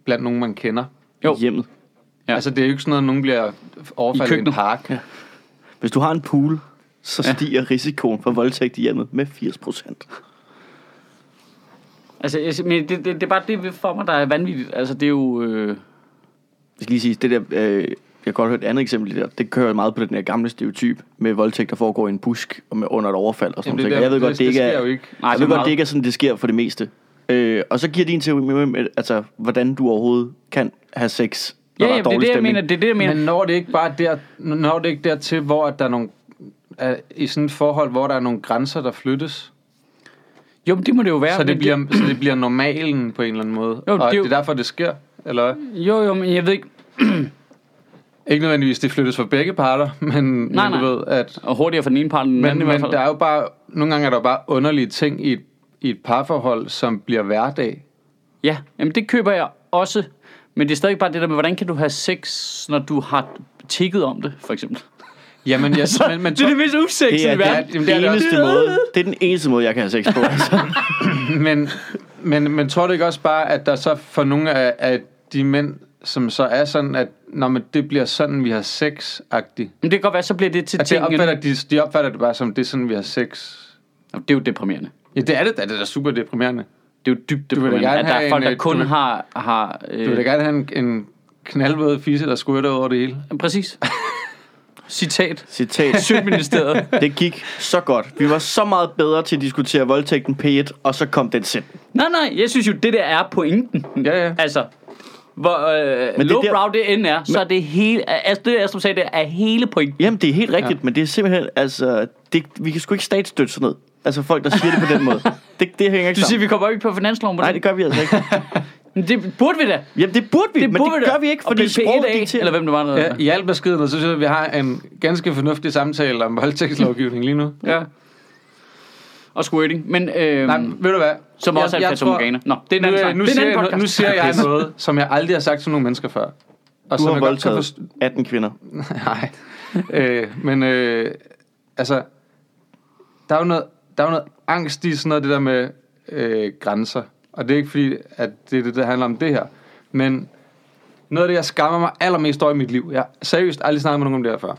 Speaker 1: blandt nogen, man kender.
Speaker 3: jo,
Speaker 2: Hjemmet.
Speaker 3: Ja.
Speaker 1: Ja. Altså, det er jo ikke sådan noget, nogen bliver overfaldet i,
Speaker 3: I
Speaker 1: en
Speaker 3: køkkenet.
Speaker 1: park. Ja.
Speaker 2: Hvis du har en pool, så stiger risikoen for voldtægt i hjemmet med 80 procent.
Speaker 3: altså, jeg, siger- men det, det, det er bare det for mig, der er vanvittigt. Altså, det er jo... Øh,
Speaker 2: Jeg skal lige sige, det der, øh, jeg har godt hørt et andet eksempel der. Det kører meget på den her gamle stereotyp med voldtægt, der foregår i en busk og med under et overfald og sådan
Speaker 1: Jamen, det
Speaker 2: noget.
Speaker 1: der-
Speaker 2: Jeg ved
Speaker 1: det-
Speaker 2: godt, det,
Speaker 1: det
Speaker 2: ikke er,
Speaker 1: sker jo ikke.
Speaker 3: Nej,
Speaker 2: Nej, jeg
Speaker 3: så
Speaker 2: ved godt,
Speaker 3: meget.
Speaker 2: det ikke er sådan, det sker for det meste. Øh, og så giver din teori med, med, altså, hvordan du overhovedet kan have sex, når
Speaker 3: ja,
Speaker 2: der
Speaker 3: ja,
Speaker 2: er
Speaker 3: det er
Speaker 2: dårlig
Speaker 3: det, jeg
Speaker 2: stemning.
Speaker 3: mener. Det er det, jeg mener.
Speaker 1: Men når det ikke bare der, når det ikke dertil, hvor at der er nogle... Er, I sådan et forhold, hvor der er nogle grænser, der flyttes.
Speaker 3: jo, men det må det jo være.
Speaker 1: Ja, så,
Speaker 3: men
Speaker 1: det bliver, så det bliver normalen på en eller anden måde.
Speaker 3: Jo,
Speaker 1: Jo,
Speaker 3: det
Speaker 1: og
Speaker 3: er
Speaker 1: det er,
Speaker 3: jo-
Speaker 1: det er derfor, det sker. Eller hvad?
Speaker 3: Jo, jo, men jeg ved ikke...
Speaker 1: Ikke nødvendigvis, det flyttes for begge parter, men,
Speaker 3: Nej,
Speaker 1: men
Speaker 3: nej.
Speaker 1: du ved, at...
Speaker 3: Og hurtigere for den ene part end den
Speaker 1: Men,
Speaker 3: anden i hvert
Speaker 1: men
Speaker 3: fald.
Speaker 1: der er jo bare... Nogle gange er der jo bare underlige ting i et, i et parforhold, som bliver hverdag.
Speaker 3: Ja, jamen det køber jeg også. Men det er stadig bare det der med, hvordan kan du have sex, når du har tikket om det, for eksempel?
Speaker 1: Jamen, jeg, men, men,
Speaker 3: Altså, det er det mest usexede
Speaker 2: Det er,
Speaker 3: i
Speaker 2: det,
Speaker 1: Ja,
Speaker 2: er,
Speaker 3: verden.
Speaker 1: det er det
Speaker 2: det, er
Speaker 1: også.
Speaker 2: eneste måde, det er den eneste måde, jeg kan have sex på. Altså.
Speaker 1: men, men, men tror du ikke også bare, at der så for nogle af, af de mænd, som så er sådan, at når man, det bliver sådan, vi har sex-agtigt?
Speaker 3: Men det kan godt være, så bliver det til
Speaker 1: At de
Speaker 3: tingen.
Speaker 1: opfatter, de, de opfatter det bare som, det er sådan, vi har sex.
Speaker 3: Nå, Det er jo deprimerende.
Speaker 1: Ja, det er det da. Det er da super deprimerende.
Speaker 3: Det er jo dybt
Speaker 1: vil da
Speaker 3: deprimerende,
Speaker 1: gerne
Speaker 3: at der
Speaker 1: have
Speaker 3: er folk,
Speaker 1: en,
Speaker 3: der
Speaker 1: øh,
Speaker 3: kun
Speaker 1: du vil-
Speaker 3: har... har øh,
Speaker 1: Du vil da gerne have en, en knaldvåd fisse, der squirter over det hele.
Speaker 3: Præcis. Citat.
Speaker 2: Citat.
Speaker 3: Søgministeriet.
Speaker 2: Det gik så godt. Vi var så meget bedre til at diskutere voldtægten P1, og så kom den selv.
Speaker 3: Nej, nej, jeg synes jo, det der er pointen.
Speaker 1: Ja, ja.
Speaker 3: Altså, hvor øh,
Speaker 2: Men det er der-
Speaker 3: lowbrow det end er, så er det hele... Altså, det Astrup sagde, det er hele pointen.
Speaker 2: Jamen, det er helt rigtigt, ja. men det er simpelthen, altså, det, vi kan sgu ikke statsstøtte sådan noget. Altså, folk, der siger det på den måde. Det, det hænger ikke
Speaker 3: Du siger,
Speaker 2: sammen.
Speaker 3: vi kommer ikke på finansloven på
Speaker 2: Nej, det gør vi altså ikke.
Speaker 3: Men det burde vi da.
Speaker 2: Jamen, det burde vi, det men burde det gør vi ikke,
Speaker 3: Og
Speaker 2: fordi
Speaker 3: PPE
Speaker 2: sproget
Speaker 3: dag,
Speaker 2: dikterer.
Speaker 3: Eller hvem det var noget.
Speaker 1: Ja, I alt beskeden, så synes jeg, at vi har en ganske fornuftig samtale om voldtægtslovgivning lige nu.
Speaker 3: ja. Og squirting. Men, øhm,
Speaker 1: Nej, men ved du hvad?
Speaker 3: som også er en fatomorganer. Nå, det er en anden
Speaker 1: nu,
Speaker 3: snak.
Speaker 1: nu,
Speaker 3: Det er en
Speaker 1: siger jeg,
Speaker 3: anden
Speaker 1: noget- nu
Speaker 3: podcast.
Speaker 1: siger jeg noget, som jeg aldrig har sagt til nogen mennesker før. Og
Speaker 2: Du
Speaker 1: som
Speaker 2: har
Speaker 1: jeg godt altså, kan
Speaker 2: voldtaget 18 kvinder.
Speaker 1: forst- Nej. Øh, men øh, altså, der er, jo noget, der er jo noget angst i sådan noget, det der med øh, grænser. Og det er ikke fordi, at det er det, der handler om det her. Men noget af det, jeg skammer mig allermest over i mit liv. Jeg har seriøst aldrig snakket med nogen om det her før.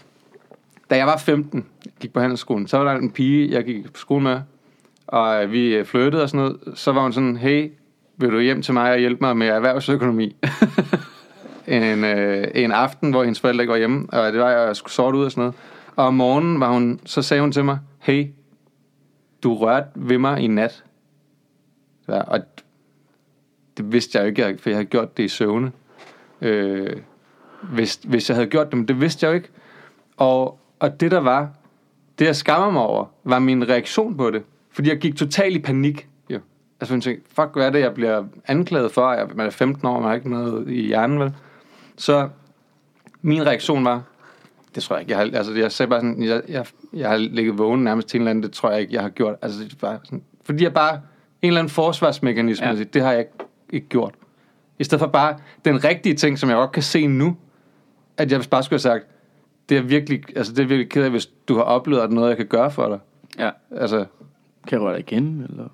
Speaker 1: Da jeg var 15, gik på handelsskolen, så var der en pige, jeg gik på skole med, og øh, vi øh, flyttede og sådan noget. Så var hun sådan, hey, vil du hjem til mig og hjælpe mig med erhvervsøkonomi? en, øh, en aften, hvor hendes forældre ikke var hjemme, og det var, jeg skulle sorte ud og sådan noget. Og om morgenen var hun, så sagde hun til mig, hey, du rørte ved mig i nat. Ja, og det vidste jeg jo ikke, for jeg havde gjort det i søvne. Øh, hvis, hvis jeg havde gjort det, men det vidste jeg jo ikke. Og, og det der var, det jeg skammer mig over, var min reaktion på det. Fordi jeg gik totalt i panik. Jo. Altså jeg tænkte, fuck hvad er det, jeg bliver anklaget for? Jeg, man er 15 år, man har ikke noget i hjernen, vel? Så min reaktion var, det tror jeg ikke, jeg har, altså jeg sagde bare sådan, jeg, jeg, jeg har ligget vågen nærmest til en eller anden, det tror jeg ikke, jeg har gjort. Altså det er bare sådan, fordi jeg bare, en eller anden forsvarsmekanisme,
Speaker 3: Ja.
Speaker 1: ja. det har jeg ikke, ikke gjort. I stedet for bare den rigtige ting, som jeg godt kan se nu, at jeg bare skulle have sagt, det er virkelig, altså det er virkelig ked af, hvis du har oplevet, at noget, jeg kan gøre for dig.
Speaker 3: Ja.
Speaker 1: Altså,
Speaker 2: Kan jeg røre dig igen, eller?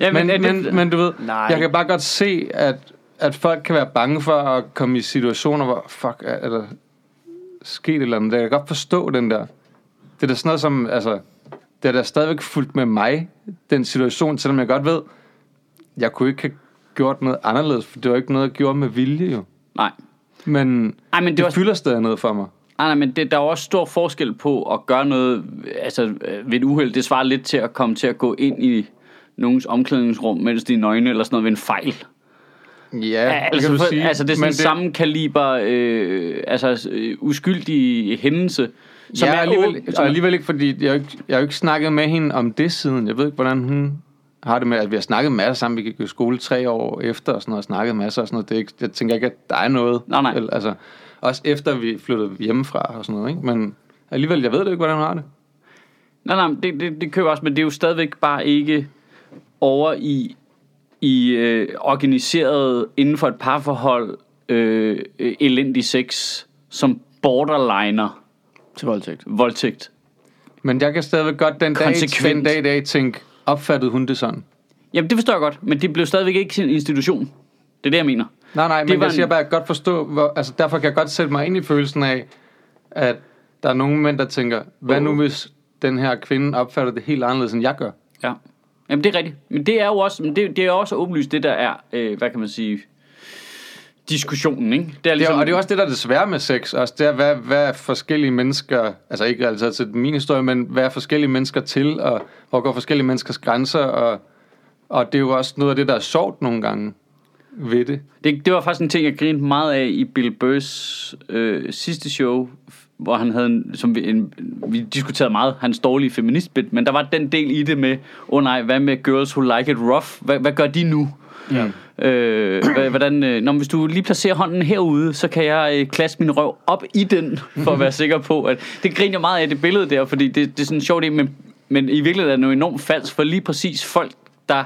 Speaker 3: Ja,
Speaker 1: men,
Speaker 3: er
Speaker 1: men,
Speaker 3: det-
Speaker 1: men, men du ved,
Speaker 2: Nej.
Speaker 1: jeg kan bare godt se, at, at folk kan være bange for at komme i situationer, hvor fuck, er, er der sket et eller andet. Jeg kan godt forstå den der. Det er da sådan noget som, altså, det er da stadigvæk fuldt med mig, den situation, selvom jeg godt ved, jeg kunne ikke have gjort noget anderledes, for det var ikke noget, jeg gjorde med vilje jo.
Speaker 3: Nej.
Speaker 1: Men
Speaker 3: Ej, men det,
Speaker 1: det
Speaker 3: var,
Speaker 1: fylder stadig noget for mig.
Speaker 3: nej, nej, men det, der er jo også stor forskel på at gøre noget altså, øh, ved et uheld. Det svarer lidt til at komme til at gå ind i nogens omklædningsrum, mens de er nøgne eller sådan noget ved en fejl.
Speaker 1: Ja,
Speaker 3: Ja, altså,
Speaker 1: det kan
Speaker 3: for,
Speaker 1: du sige.
Speaker 3: altså det er sådan
Speaker 1: men
Speaker 3: det, samme kaliber, øh, altså øh, uskyldig hændelse.
Speaker 1: Som ja, alligevel,
Speaker 3: åben-
Speaker 1: så alligevel ikke, fordi jeg, har ikke- jeg har jo ikke snakket med hende om det siden. Jeg ved ikke, hvordan hun har det med, at vi har snakket masser sammen. Vi gik jo i skole tre år efter og sådan noget, og snakket masser og sådan noget. Det er ikke, jeg tænker ikke, at der er noget.
Speaker 3: Nej, nej.
Speaker 1: Eller, altså, også efter vi flyttede hjemmefra og sådan noget, ikke? Men alligevel, jeg ved det ikke, hvordan hun har det.
Speaker 3: Nej, nej, men det, det, det køber jeg også, men det er jo stadigvæk bare ikke over i, i øh, organiseret inden for et parforhold øh, øh, elendig sex, som borderliner
Speaker 2: Til voldtægt.
Speaker 3: voldtægt.
Speaker 1: Men jeg kan stadigvæk godt den dag,
Speaker 3: Konsekvent.
Speaker 1: den dag i dag tænke, opfattede hun det sådan?
Speaker 3: Jamen, det forstår jeg godt, men det blev stadigvæk ikke til en institution. Det er det, jeg mener.
Speaker 1: Nej, nej,
Speaker 3: Det
Speaker 1: det men
Speaker 3: var
Speaker 1: jeg siger
Speaker 3: en-
Speaker 1: bare, at jeg kan godt forstå, hvor, altså derfor kan jeg godt sætte mig ind i følelsen af, at der er nogle mænd, der tænker,
Speaker 3: Uh.
Speaker 1: hvad nu hvis den her kvinde opfatter det helt anderledes, end jeg gør?
Speaker 3: Ja. Jamen, det er rigtigt. Men det er jo også, men det, det er jo også åbenlyst, det der er, øh, hvad kan man sige, diskussionen, ikke? Det er
Speaker 1: Det er,
Speaker 3: ligesom,
Speaker 1: jo- og det er også det, der er det svære med sex. Også det er, hvad, hvad er forskellige mennesker, altså ikke altså til min historie, men hvad er forskellige mennesker til, og hvor går forskellige menneskers grænser, og, og det er jo også noget af det, der er sjovt nogle gange ved det.
Speaker 3: Det, det var faktisk en ting, jeg grinede meget af i Bill Burrs øh, sidste show, hvor han havde, en, som vi, en, vi diskuterede meget, hans dårlige feministbit, men der var den del i det med, åh oh nej, hvad med girls who like it rough? Hvad, hvad gør de nu? Ja. Øh, hva- hvordan, øh, når, hvis du lige placerer hånden herude, så kan jeg øh, klasse min røv op i den, for at være sikker på, at det griner jeg meget af det billede der, fordi det, det er sådan sjovt, det, men, men i virkeligheden er det jo enormt falsk, for lige præcis folk, der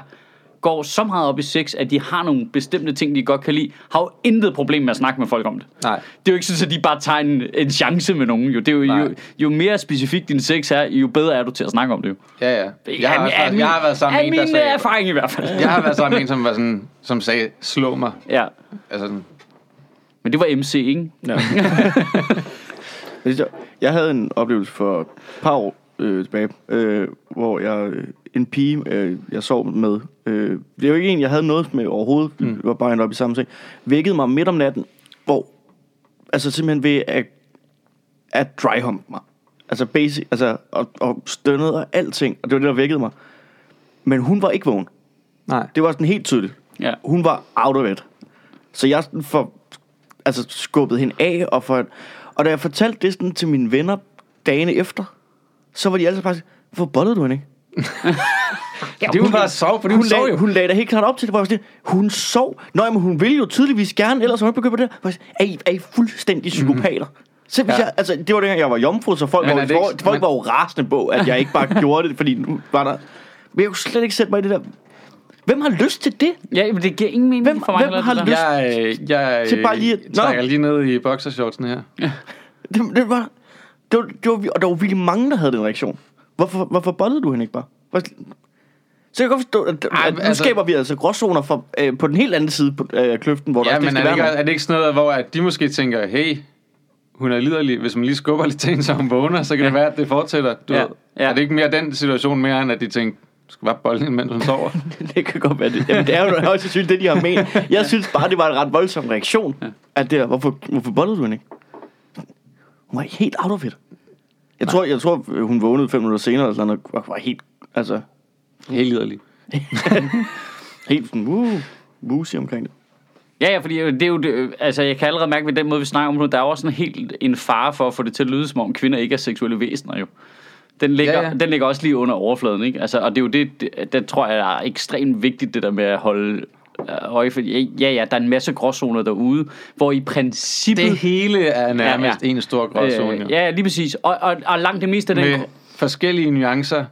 Speaker 3: går så meget op i sex, at de har nogle bestemte ting, de godt kan lide, har jo intet problem med at snakke med folk om det.
Speaker 1: Nej.
Speaker 3: Det er jo ikke sådan, at de bare tager en, en chance med nogen. Jo. Det er jo,
Speaker 1: Nej.
Speaker 3: jo, jo mere specifik din sex er, jo bedre er du til at snakke om det. Jo.
Speaker 1: Ja, ja. Jeg har,
Speaker 3: Er-
Speaker 1: også
Speaker 3: er
Speaker 1: været,
Speaker 3: min-
Speaker 1: jeg har været sammen
Speaker 3: er
Speaker 1: med en, der
Speaker 3: min,
Speaker 1: sagde...
Speaker 3: øh, erfaring i hvert fald.
Speaker 1: Jeg har været sammen med en, som, var sådan, som sagde, slå mig.
Speaker 3: Ja.
Speaker 1: Altså sådan,
Speaker 3: Men det var MC, ikke?
Speaker 2: Ja. jeg havde en oplevelse for et par år øh, tilbage, øh, hvor jeg øh, en pige, øh, jeg sov med, øh, det er jo ikke en, jeg havde noget med overhovedet, mm. var bare en op i samme seng, vækkede mig midt om natten, hvor, altså simpelthen ved at, at dryhump mig. Altså basic, altså, og, og stønnede og alting, og det var det, der vækkede mig. Men hun var ikke vågen.
Speaker 1: nej.
Speaker 2: Det var sådan helt tydeligt.
Speaker 3: Ja.
Speaker 2: Hun var out of it. Så jeg sådan for, altså skubbede hende af. Og, for, og da jeg fortalte det sådan til mine venner dagene efter, så var de altså faktisk, hvor bollede du hende ikke?
Speaker 1: Det var bare sov, fordi hun,
Speaker 2: Hun,
Speaker 1: hun sov
Speaker 2: lag,
Speaker 1: jo.
Speaker 2: hun lagde da helt klart op til det, hvor jeg var sådan, hun sov. Nå, men hun ville jo tydeligvis gerne, ellers var hun ikke begyndt på det. Hvor jeg sådan, Er I, er I fuldstændig psykopater? Så hvis
Speaker 1: Mhm. Ja.
Speaker 2: ja. jeg, altså, det var dengang, jeg var jomfru, så folk,
Speaker 1: Men
Speaker 2: var,
Speaker 1: er
Speaker 2: jo-
Speaker 1: det ikke-
Speaker 2: folk, folk
Speaker 1: men-
Speaker 2: var jo rasende på, at jeg ikke bare gjorde det, fordi nu var der... Men jeg kunne slet ikke sætte mig i det der... Hvem har lyst til det?
Speaker 3: Ja, men det giver ingen mening
Speaker 2: Hvem-
Speaker 3: for mig.
Speaker 2: hvem
Speaker 3: heller,
Speaker 2: har
Speaker 3: det der.
Speaker 2: lyst-
Speaker 1: Jeg, øh, jeg
Speaker 2: Til bare lige-
Speaker 1: øh, trækker
Speaker 2: Nå.
Speaker 1: lige ned i boxershortsene her.
Speaker 2: Det, det var, det var, det var, og der var virkelig mange, der havde den reaktion. Hvorfor, hvorfor bollede du hende ikke bare? Hvor- Så jeg kan godt forstå, at,
Speaker 1: Ej,
Speaker 2: at nu
Speaker 1: altså-
Speaker 2: altså, skaber vi altså gråzoner for, øh, på den helt anden side på, øh, kløften, hvor der
Speaker 1: Ja,
Speaker 2: slet
Speaker 1: men er
Speaker 2: skal
Speaker 1: det,
Speaker 2: være
Speaker 1: ikke,
Speaker 2: nogen.
Speaker 1: er det ikke sådan noget, hvor at de måske tænker, hey, hun er liderlig, hvis man lige skubber lidt til hende, så hun vågner, så kan ja. det være, at det fortsætter. Du
Speaker 3: Ja.
Speaker 1: ja. Ved.
Speaker 3: Ja.
Speaker 1: Ja. Er det ikke mere den situation mere, end at de tænker, du skal bare bolle hende, mens hun sover?
Speaker 2: Det kan godt være det. Jamen, det er jo højst sandsynligt det, de har ment. Jeg synes bare, det var en ret voldsom reaktion. Ja. At det der, hvorfor, hvorfor bollede du hende ikke? Hun var helt out of it. Jeg tror, jeg tror, øh, hun vågnede fem minutter senere, eller sådan noget, og var helt, altså,
Speaker 1: Helt liderlig.
Speaker 2: helt sådan, uh, woozy omkring det.
Speaker 3: Ja, ja, fordi øh, det er jo det, øh, altså, jeg kan allerede mærke ved den måde, vi snakker om det nu, der er jo også sådan helt en fare for at få det til at lyde, som om kvinder ikke er seksuelle væsener jo. Den ligger, ja,
Speaker 1: Ja,
Speaker 3: ja.
Speaker 1: ja.
Speaker 3: den ligger også lige under overfladen, ikke? Altså, og det er jo det, det, det tror jeg er ekstremt vigtigt, det der med at holde øh, øje, for ja, ja, der er en masse gråzoner derude, hvor i princippet...
Speaker 1: Det hele er nærmest
Speaker 3: Ja,
Speaker 1: ja,
Speaker 3: ja.
Speaker 1: ja. en stor gråzone.
Speaker 3: øh, ja, lige præcis. Og, og, og langt det meste af den
Speaker 1: Med forskellige nuancer.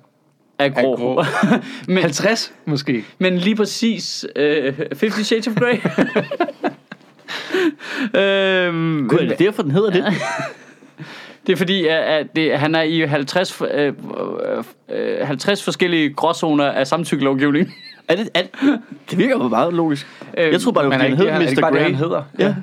Speaker 3: er grå.
Speaker 1: er grå.
Speaker 3: men,
Speaker 1: 50 måske.
Speaker 3: Men lige præcis øh, 50 Shades of Grey. øhm,
Speaker 2: Gud, er det derfor, den hedder det?
Speaker 3: det er fordi, at, at det, han er i 50, øh, øh, 50 forskellige gråzoner af samtykkelovgivning.
Speaker 2: Er det, er det, det virker jo meget logisk.
Speaker 3: Øhm,
Speaker 2: Øhm, jeg tror bare, det var,
Speaker 1: Men er
Speaker 2: fordi han
Speaker 1: ikke,
Speaker 2: hed
Speaker 1: det, han, er det ikke bare
Speaker 2: Mr.
Speaker 1: det,
Speaker 2: Grey.
Speaker 1: han hedder?
Speaker 2: Ja.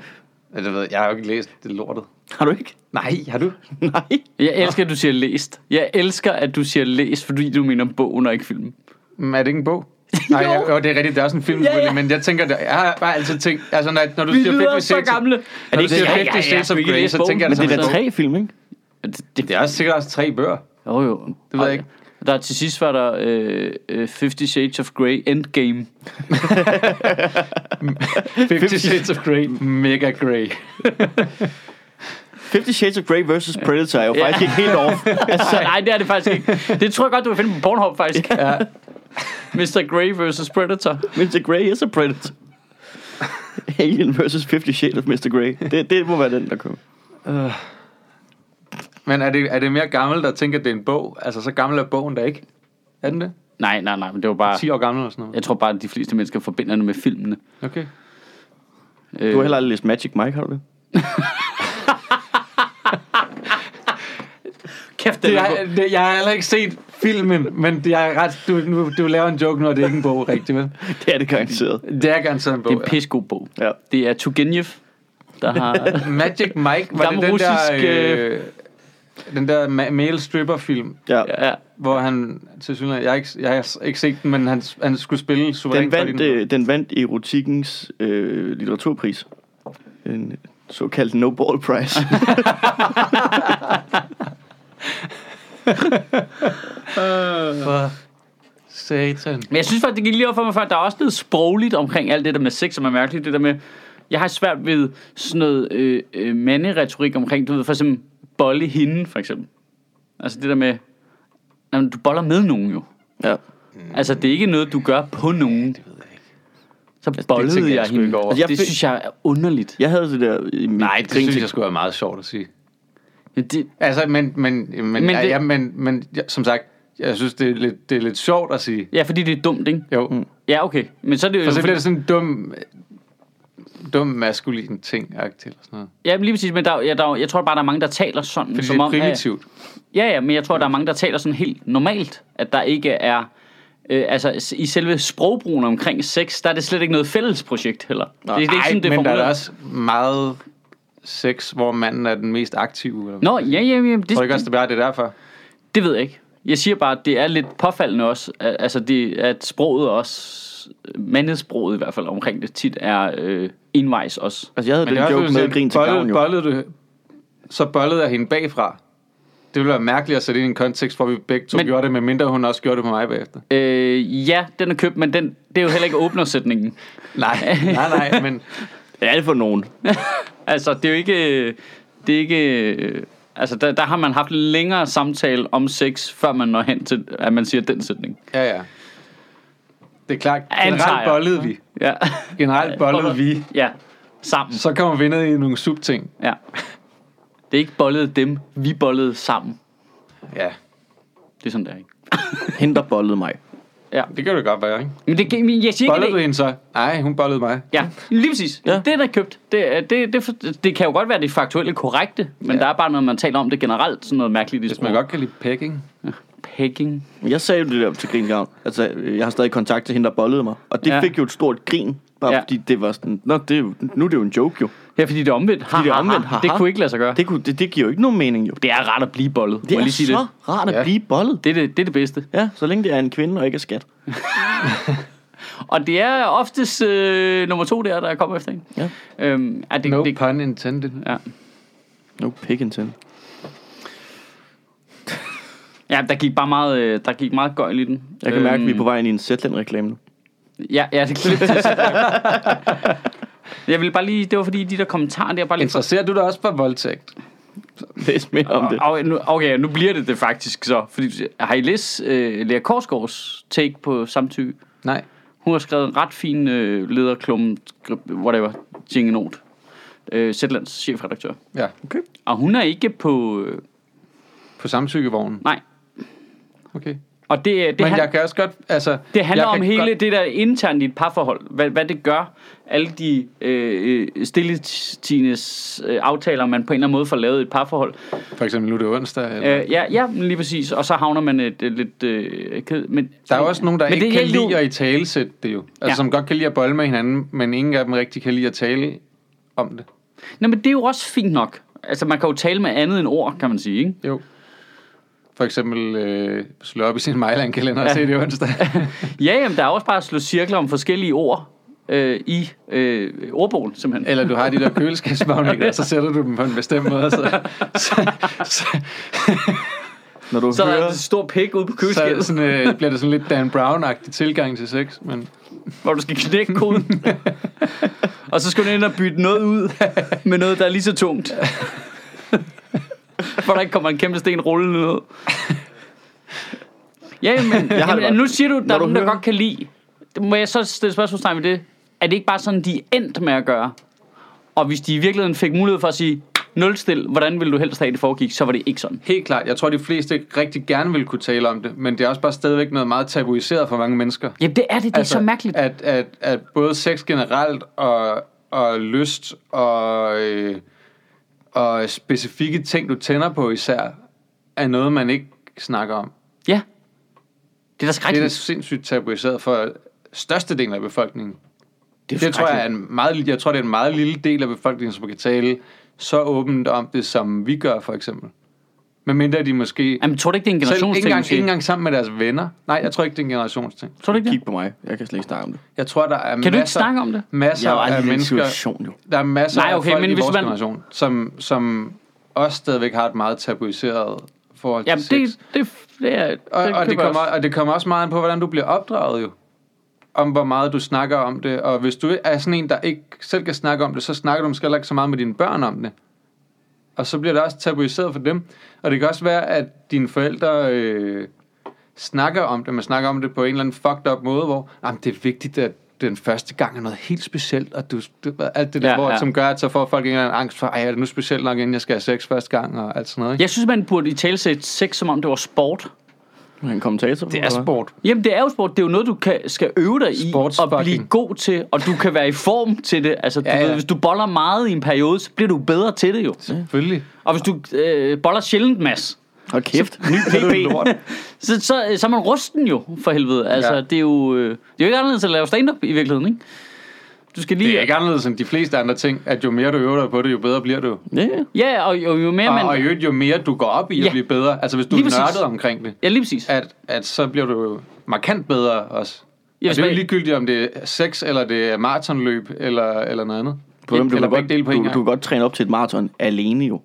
Speaker 1: Ja, det ved jeg. Jeg har jo ikke læst det lortet.
Speaker 2: Har du ikke?
Speaker 1: Nej, har du?
Speaker 2: Nej.
Speaker 3: Jeg elsker, at du siger læst. Jeg elsker, at du siger læst, fordi du mener bogen og ikke filmen.
Speaker 1: Men er det ikke en bog? Nej,
Speaker 3: Jo.
Speaker 1: jo. Jeg, jo, det er rigtigt, det er også en film,
Speaker 3: Ja,
Speaker 1: ja,
Speaker 3: ja.
Speaker 1: ja. men jeg tænker, det- jeg har bare altid tænkt, altså når, når du
Speaker 3: Vi
Speaker 1: siger
Speaker 3: lyder
Speaker 1: 50
Speaker 3: så
Speaker 1: Shades,
Speaker 3: gamle.
Speaker 1: når du siger 50 Shades of Grey, så tænker jeg,
Speaker 2: Men
Speaker 1: Så
Speaker 2: det er da
Speaker 1: så-
Speaker 2: tre film, ikke?
Speaker 3: det, det,
Speaker 1: det er også sikkert også tre bøger.
Speaker 3: Jo, jo. Det
Speaker 1: ved jeg ikke.
Speaker 3: Der er til sidst var der øh, øh, 50 Shades of Grey Endgame.
Speaker 1: 50 Shades of Grey, mega grey.
Speaker 2: Fifty Shades of Grey vs. Predator er jo faktisk ikke helt off.
Speaker 3: Altså, nej, det er det faktisk ikke. Det tror jeg godt, du vil finde på Pornhub, faktisk. Ja. Mr. Grey vs. Predator.
Speaker 2: Mr. Grey is a predator. Alien vs. Fifty Shades of Mr. Grey. Det, det må være den, der kommer.
Speaker 1: Men er det, er det mere gammelt at tænke, at det er en bog? Altså så gammel er bogen da ikke? Er den det?
Speaker 3: Nej, nej, nej, men det var bare...
Speaker 1: 10 år gammel eller sådan noget?
Speaker 3: Jeg tror bare, at de fleste mennesker forbinder det med filmene.
Speaker 1: Okay.
Speaker 3: Øh,
Speaker 2: Du har heller aldrig læst Magic Mike, har du det?
Speaker 3: Kæft, den
Speaker 1: Det,
Speaker 3: det er...
Speaker 1: jeg, det, jeg har heller ikke set filmen, men det er ret, du, nu, du laver en joke nu, og det er ikke en bog, rigtig vel?
Speaker 2: Det er det garanteret.
Speaker 1: Det er garanteret en bog,
Speaker 3: Det er en pissegod bog.
Speaker 2: Ja.
Speaker 3: Det er Turgenev, der har...
Speaker 1: ja. Magic Mike, var det
Speaker 3: Gammel
Speaker 1: den der,
Speaker 3: russisk, øh,
Speaker 1: øh, den der ma- male stripper film,
Speaker 2: ja.
Speaker 3: ja,
Speaker 1: hvor han til synligheden, jeg, har ikke, jeg har ikke set den, men han, han skulle spille
Speaker 2: Den
Speaker 1: suverænt
Speaker 2: vandt,
Speaker 1: godt i
Speaker 2: øh, den vandt erotikkens øh, litteraturpris. En øh, såkaldt No Ball Prize.
Speaker 1: den. For satan.
Speaker 3: Men jeg synes faktisk, det gik lige op for mig før, at der er også noget sprogligt omkring alt det der med sex, som er mærkeligt. Det der med, jeg har svært ved sådan noget øh, øh, manderetorik omkring, du ved, for eksempel bolle hende, for eksempel. Altså det der med, jamen, du boller med nogen jo.
Speaker 2: ja.
Speaker 1: Mm.
Speaker 3: Altså det er ikke noget, du gør på nogen. Så
Speaker 1: det tænker
Speaker 3: bollede jeg
Speaker 1: jeg sgu
Speaker 3: hende.
Speaker 1: ikke over.
Speaker 3: Altså, jeg det
Speaker 2: Jeg fik-
Speaker 3: synes jeg er underligt.
Speaker 2: Jeg havde det der i mit
Speaker 1: Nej, det
Speaker 2: grin-
Speaker 1: synes jeg skulle være meget sjovt at sige.
Speaker 3: Men det,
Speaker 1: Altså, men, men, men, men,
Speaker 3: det-
Speaker 1: ja, ja, men, men ja, som sagt, jeg synes, det er lidt, det er lidt sjovt at sige.
Speaker 3: ja, fordi det er dumt, ikke?
Speaker 1: Jo, mm.
Speaker 3: Ja, okay. Men så er det jo...
Speaker 1: for så
Speaker 3: fordi-
Speaker 1: bliver det sådan en dum, dum maskulin ting til og sådan noget.
Speaker 3: Ja, lige præcis, men der, ja, der, jeg tror bare, der er mange, der taler sådan.
Speaker 1: Fordi det er
Speaker 3: at-
Speaker 1: primitivt.
Speaker 3: Ja, ja, men jeg tror, der er mange, der taler sådan helt normalt, at der ikke er... Øh, altså, s- i selve sprogbrugen omkring sex, der er det slet ikke noget fælles projekt heller. Det, det er ikke
Speaker 1: Ej,
Speaker 3: sådan, det er
Speaker 1: men der er
Speaker 3: formuleret.
Speaker 1: da også meget sex, hvor manden er den mest aktive. Eller?
Speaker 3: Nå, ja, ja, ja, det,
Speaker 1: Tror du ikke også, det
Speaker 3: det,
Speaker 1: er bare det er derfor?
Speaker 3: det ved jeg ikke. Jeg siger bare, at det er lidt påfaldende også, at, altså det, at sproget også, mandesproget i hvert fald omkring det, tit er øh, envejs også.
Speaker 2: Altså, jeg havde
Speaker 1: Men det er
Speaker 2: den
Speaker 1: også,
Speaker 2: joke
Speaker 1: sådan,
Speaker 2: med grin til
Speaker 1: bollede-
Speaker 2: gavn, jo.
Speaker 1: bollede du, så bollede jeg hende bagfra. Det ville være mærkeligt at sætte ind i en kontekst, hvor vi begge to
Speaker 3: Men-
Speaker 1: men, gjorde det, medmindre hun også gjorde det på mig bagefter.
Speaker 3: Øh, ja, den er købt, men den, det er jo heller ikke åbnersætningen.
Speaker 1: Nej, nej, nej, men
Speaker 2: Ja, det er for nogen.
Speaker 3: Altså, det er jo ikke... Det er ikke øh, altså, der, der har man haft en længere samtale om sex, før man når hen til, at man siger den sætning.
Speaker 1: ja, ja. Det er klart,
Speaker 3: Antager
Speaker 1: generelt
Speaker 3: jeg.
Speaker 1: bollede vi.
Speaker 3: Ja.
Speaker 1: Generelt bollede vi.
Speaker 3: Ja, sammen.
Speaker 1: Så kommer vi ned i nogle subting.
Speaker 3: Ja. Det er ikke bollede dem, vi bollede sammen.
Speaker 1: Ja,
Speaker 3: Det er sådan, der, ikke?
Speaker 2: Hende, der bollede mig.
Speaker 3: Ja.
Speaker 1: det kan det godt være, ikke?
Speaker 3: Men det, men jeg siger ikke,
Speaker 1: Bollede
Speaker 3: at
Speaker 1: du
Speaker 3: det,
Speaker 1: hende så? Nej, hun bollede mig.
Speaker 3: Ja, lige præcis. Ja. Det, der er købt, det, er- det, det, det, det, kan jo godt være det faktuelle korrekte, men ja. der er bare noget, man taler om det generelt, sådan noget mærkeligt i
Speaker 1: Hvis man godt kan lide pegging.
Speaker 3: Pegging.
Speaker 2: Jeg sagde jo det der til grin gavn. Altså, jeg har stadig kontakt til hende, der bollede mig. Og det
Speaker 3: Ja.
Speaker 2: ja. fik jo et stort grin. Bare
Speaker 3: Ja.
Speaker 2: ja. fordi det var sådan... Nå, det, er jo- nu er det jo en joke, jo.
Speaker 3: Ja, fordi det er omvendt. Ha,
Speaker 2: det er
Speaker 3: ha,
Speaker 2: omvendt.
Speaker 3: ha.
Speaker 2: Ha,
Speaker 3: Det
Speaker 2: ha.
Speaker 3: kunne ikke lade sig gøre. Det,
Speaker 2: Det, kunne, det, det giver jo ikke nogen mening, jo.
Speaker 3: det er rart at blive bollet. må
Speaker 2: Det
Speaker 3: jeg
Speaker 2: er
Speaker 3: lige sige
Speaker 2: så
Speaker 3: det.
Speaker 2: rart at
Speaker 1: Ja.
Speaker 2: ja. blive bollet.
Speaker 3: Det er det, det er det bedste.
Speaker 2: Ja, så længe det er en kvinde og ikke er skat.
Speaker 3: Og det er oftest øh, nummer to der, der kommer efter en.
Speaker 2: Ja.
Speaker 3: Øhm, er det,
Speaker 1: No
Speaker 3: det,
Speaker 1: pun intended.
Speaker 3: ja.
Speaker 2: No pick til.
Speaker 3: ja, der gik bare meget, øh, der gik meget gøjl i den. Øhm,
Speaker 2: Jeg kan mærke, at vi er på vej ind i en Zetland-reklame nu.
Speaker 3: Ja, ja det klip til. Jeg ville bare lige, det var fordi de der kommentarer der bare lige...
Speaker 1: Interesserer du dig også for voldtægt?
Speaker 2: Læs mere om det.
Speaker 3: Og, nu, okay, nu bliver det det faktisk så. Fordi, har I læst øh, Lea Korsgaards take på samtykke?
Speaker 1: Nej.
Speaker 3: Hun har skrevet en ret fin øh, lederklumme, skrib- whatever, ting not. Øh, Zetlands chefredaktør.
Speaker 1: Ja.
Speaker 2: Okay.
Speaker 3: Og hun er ikke på... Øh,
Speaker 1: På samtykkevognen.
Speaker 3: nej.
Speaker 1: Okay. Det
Speaker 3: Og det, det,
Speaker 1: Men
Speaker 3: han,
Speaker 1: jeg kan også godt... Altså,
Speaker 3: det handler
Speaker 1: jeg
Speaker 3: om
Speaker 1: kan
Speaker 3: hele
Speaker 1: godt-
Speaker 3: det der internt i et parforhold. Hvad, hvad det gør, alle de øh, øh, stilletines øh, aftaler, man på en eller anden måde får lavet i et parforhold.
Speaker 1: For eksempel nu er det onsdag. Eller?
Speaker 3: Øh, ja, ja, lige præcis. Og så havner man et, et lidt øh, ked... Men,
Speaker 1: Der er jo også nogen, der
Speaker 3: men
Speaker 1: ikke
Speaker 3: det
Speaker 1: kan
Speaker 3: er jo-
Speaker 1: lide at i tale sætte det jo. Altså,
Speaker 3: Ja.
Speaker 1: ja. som godt kan lide at bolle med hinanden, men ingen af dem rigtig kan lide at tale om det.
Speaker 3: Nej, men det er jo også fint nok. Altså, man kan jo tale med andet end ord, kan man sige, ikke?
Speaker 1: Jo. For eksempel øh, slå op i sin Mejland-kalender ja. og se det onsdag.
Speaker 3: Ja, jamen, der er også bare at slå cirkler om forskellige ord øh, i øh, ordbogen, simpelthen.
Speaker 1: Eller du har de der køleskabsmagneter, og så sætter du dem på en bestemt måde. Så, så, så,
Speaker 2: Når du
Speaker 3: Så er der
Speaker 2: hører...
Speaker 3: en stor pik ude på
Speaker 1: så er det
Speaker 3: køleskabet,
Speaker 1: sådan, øh, bliver det sådan lidt Dan Brown-agtig tilgang til sex. Men
Speaker 3: hvor du skal knække koden. og så skal du ind og bytte noget ud med noget, der er lige så tungt. hvor der ikke kommer en kæmpe sten rullende ned. Ja, men
Speaker 2: har det
Speaker 3: jamen,
Speaker 2: godt.
Speaker 3: nu siger du, at der er
Speaker 2: du
Speaker 3: nogen, der
Speaker 2: hører-
Speaker 3: godt kan lide. Må jeg så stille spørgsmålstegn ved det? Er det ikke bare sådan, de er endt med at gøre? Og hvis de i virkeligheden fik mulighed for at sige, nulstil, hvordan ville du helst have, det foregik, så var det ikke sådan.
Speaker 1: helt klart, jeg tror, de fleste rigtig gerne vil kunne tale om det, men det er også bare stadigvæk noget meget tabuiseret for mange mennesker.
Speaker 3: Jamen det er det, det er altså, så mærkeligt.
Speaker 1: At, at, at både sex generelt og, og lyst og, øh, og specifikke ting, du tænder på især, er noget, man ikke snakker om.
Speaker 3: Ja. Det er da
Speaker 1: Det er
Speaker 3: skrækkeligt.
Speaker 1: da sindssygt tabuiseret for størstedelen af befolkningen.
Speaker 3: det,
Speaker 1: Det tror jeg, er en meget, jeg tror, det er en meget lille del af befolkningen, som kan tale så åbent om det, som vi gør, for eksempel. Men mindre de måske...
Speaker 3: Jamen, tror du ikke, det er en
Speaker 1: Selv ikke
Speaker 3: generationsting?
Speaker 1: engang,
Speaker 3: måske?
Speaker 1: ikke engang sammen med deres venner. Nej, jeg tror ikke, det er en generationsting.
Speaker 3: Tror du ikke
Speaker 2: Kig
Speaker 3: det?
Speaker 2: på mig. Jeg kan slet ikke snakke om det.
Speaker 1: Jeg tror, der er
Speaker 3: Kan du ikke
Speaker 1: masser,
Speaker 3: snakke om det?
Speaker 1: masser
Speaker 2: Jeg var
Speaker 1: af
Speaker 2: aldrig i den
Speaker 1: mennesker,
Speaker 2: situation, jo.
Speaker 1: der er masser
Speaker 3: Nej, okay,
Speaker 1: af folk
Speaker 3: men
Speaker 1: i
Speaker 3: hvis
Speaker 1: vores
Speaker 3: man-
Speaker 1: generation, som, som også stadigvæk har et meget tabuiseret forhold til
Speaker 3: Jamen,
Speaker 1: sex.
Speaker 3: det, det, det er...
Speaker 1: og, og, det
Speaker 3: køber jeg
Speaker 1: kommer,
Speaker 3: også.
Speaker 1: og det kommer også meget an på, hvordan du bliver opdraget jo. Om hvor meget du snakker om det. Og hvis du er sådan en, der ikke selv kan snakke om det, så snakker du måske heller ikke så meget med dine børn om det. Og så bliver det også tabuiseret for dem. Og det kan også være, at dine forældre øh, snakker om det, men snakker om det på en eller anden fucked up måde, hvor Jamen, det er vigtigt, at den første gang er noget helt specielt, og du, du alt det der,
Speaker 3: Ja,
Speaker 1: ja, hvor,
Speaker 3: ja.
Speaker 1: ja. som gør, at så får folk en eller anden angst for, ej, er det nu specielt nok, inden jeg skal have sex første gang, og alt sådan noget. Ikke?
Speaker 3: Jeg synes, man burde i tale sætte sex, som om det var sport.
Speaker 2: Er han en kommentator?
Speaker 1: Det er
Speaker 2: eller hvad?
Speaker 1: sport.
Speaker 3: Jamen, det er jo sport. Det er jo noget, du kan, skal øve dig i og
Speaker 1: Sportsfucking.
Speaker 3: blive god til, og du kan være i form til det. Altså, du ja,
Speaker 1: Ja,
Speaker 3: ja.
Speaker 1: ja.
Speaker 3: Ved, hvis du boller meget i en periode, så bliver du bedre til det jo.
Speaker 1: Selvfølgelig.
Speaker 3: Og hvis du øh, boller sjældent, Mads,
Speaker 2: Hold kæft.
Speaker 3: ny
Speaker 1: det
Speaker 3: PB,
Speaker 1: lort.
Speaker 3: så, så, øh, så er man rusten jo, for helvede. Altså, ja.
Speaker 1: Ja.
Speaker 3: det, er jo, øh, det er jo ikke anderledes at lave stand-up i virkeligheden, ikke? Du skal lige...
Speaker 1: Det er ikke anderledes end de fleste andre ting, at jo mere du øver dig på det, jo bedre bliver du.
Speaker 2: Ja.
Speaker 3: Ja, og jo, jo mere
Speaker 1: Og,
Speaker 3: man...
Speaker 1: og i øvrigt, jo mere du går op i at
Speaker 3: Ja.
Speaker 1: blive bedre, altså hvis du er
Speaker 3: Lige præcis.
Speaker 1: nørdet omkring det,
Speaker 3: Ja, lige præcis.
Speaker 1: at, at så bliver du jo markant bedre også. Ja, og
Speaker 3: hvis
Speaker 1: det er jo
Speaker 3: man-
Speaker 1: ligegyldigt, om det er sex, eller det er maratonløb, eller, eller noget andet.
Speaker 2: På hvem, du,
Speaker 1: eller
Speaker 2: kan
Speaker 1: begge
Speaker 2: godt,
Speaker 1: dele på en
Speaker 2: du,
Speaker 1: gang.
Speaker 2: du kan godt træne op til et maraton alene jo.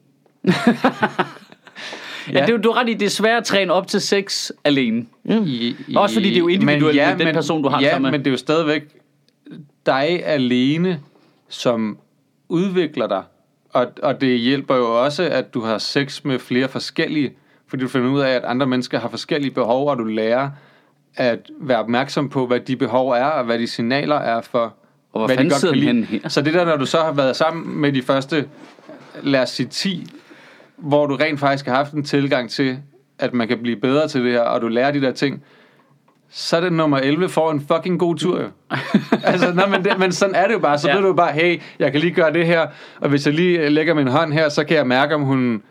Speaker 3: Ja, det, er jo- du har ret i, det er svært at træne op til sex alene.
Speaker 1: I, i,
Speaker 3: Også fordi det er jo individuelt
Speaker 1: men
Speaker 3: med den person, du har
Speaker 1: ja,
Speaker 3: sammen med.
Speaker 1: men det er jo stadigvæk dig alene, som udvikler dig. Og, og det hjælper jo også, at du har sex med flere forskellige, fordi du finder ud af, at andre mennesker har forskellige behov, og du lærer at være opmærksom på, hvad de behov er, og hvad de signaler er for,
Speaker 3: Og hvor
Speaker 1: hvad
Speaker 3: fanden sidder den henne her?
Speaker 1: Så det der, når du så har været sammen med de første, lad os sige 10 hvor du rent faktisk har haft en tilgang til, at man kan blive bedre til det her, og du lærer de der ting, så er det nummer 11 får en fucking god tur jo. altså, nej, men, det, men sådan er det jo bare. Så
Speaker 3: Ja.
Speaker 1: ja. ved du jo bare, hey, jeg kan lige gøre det her, og hvis jeg lige øh, lægger min hånd her, så kan jeg mærke, om hun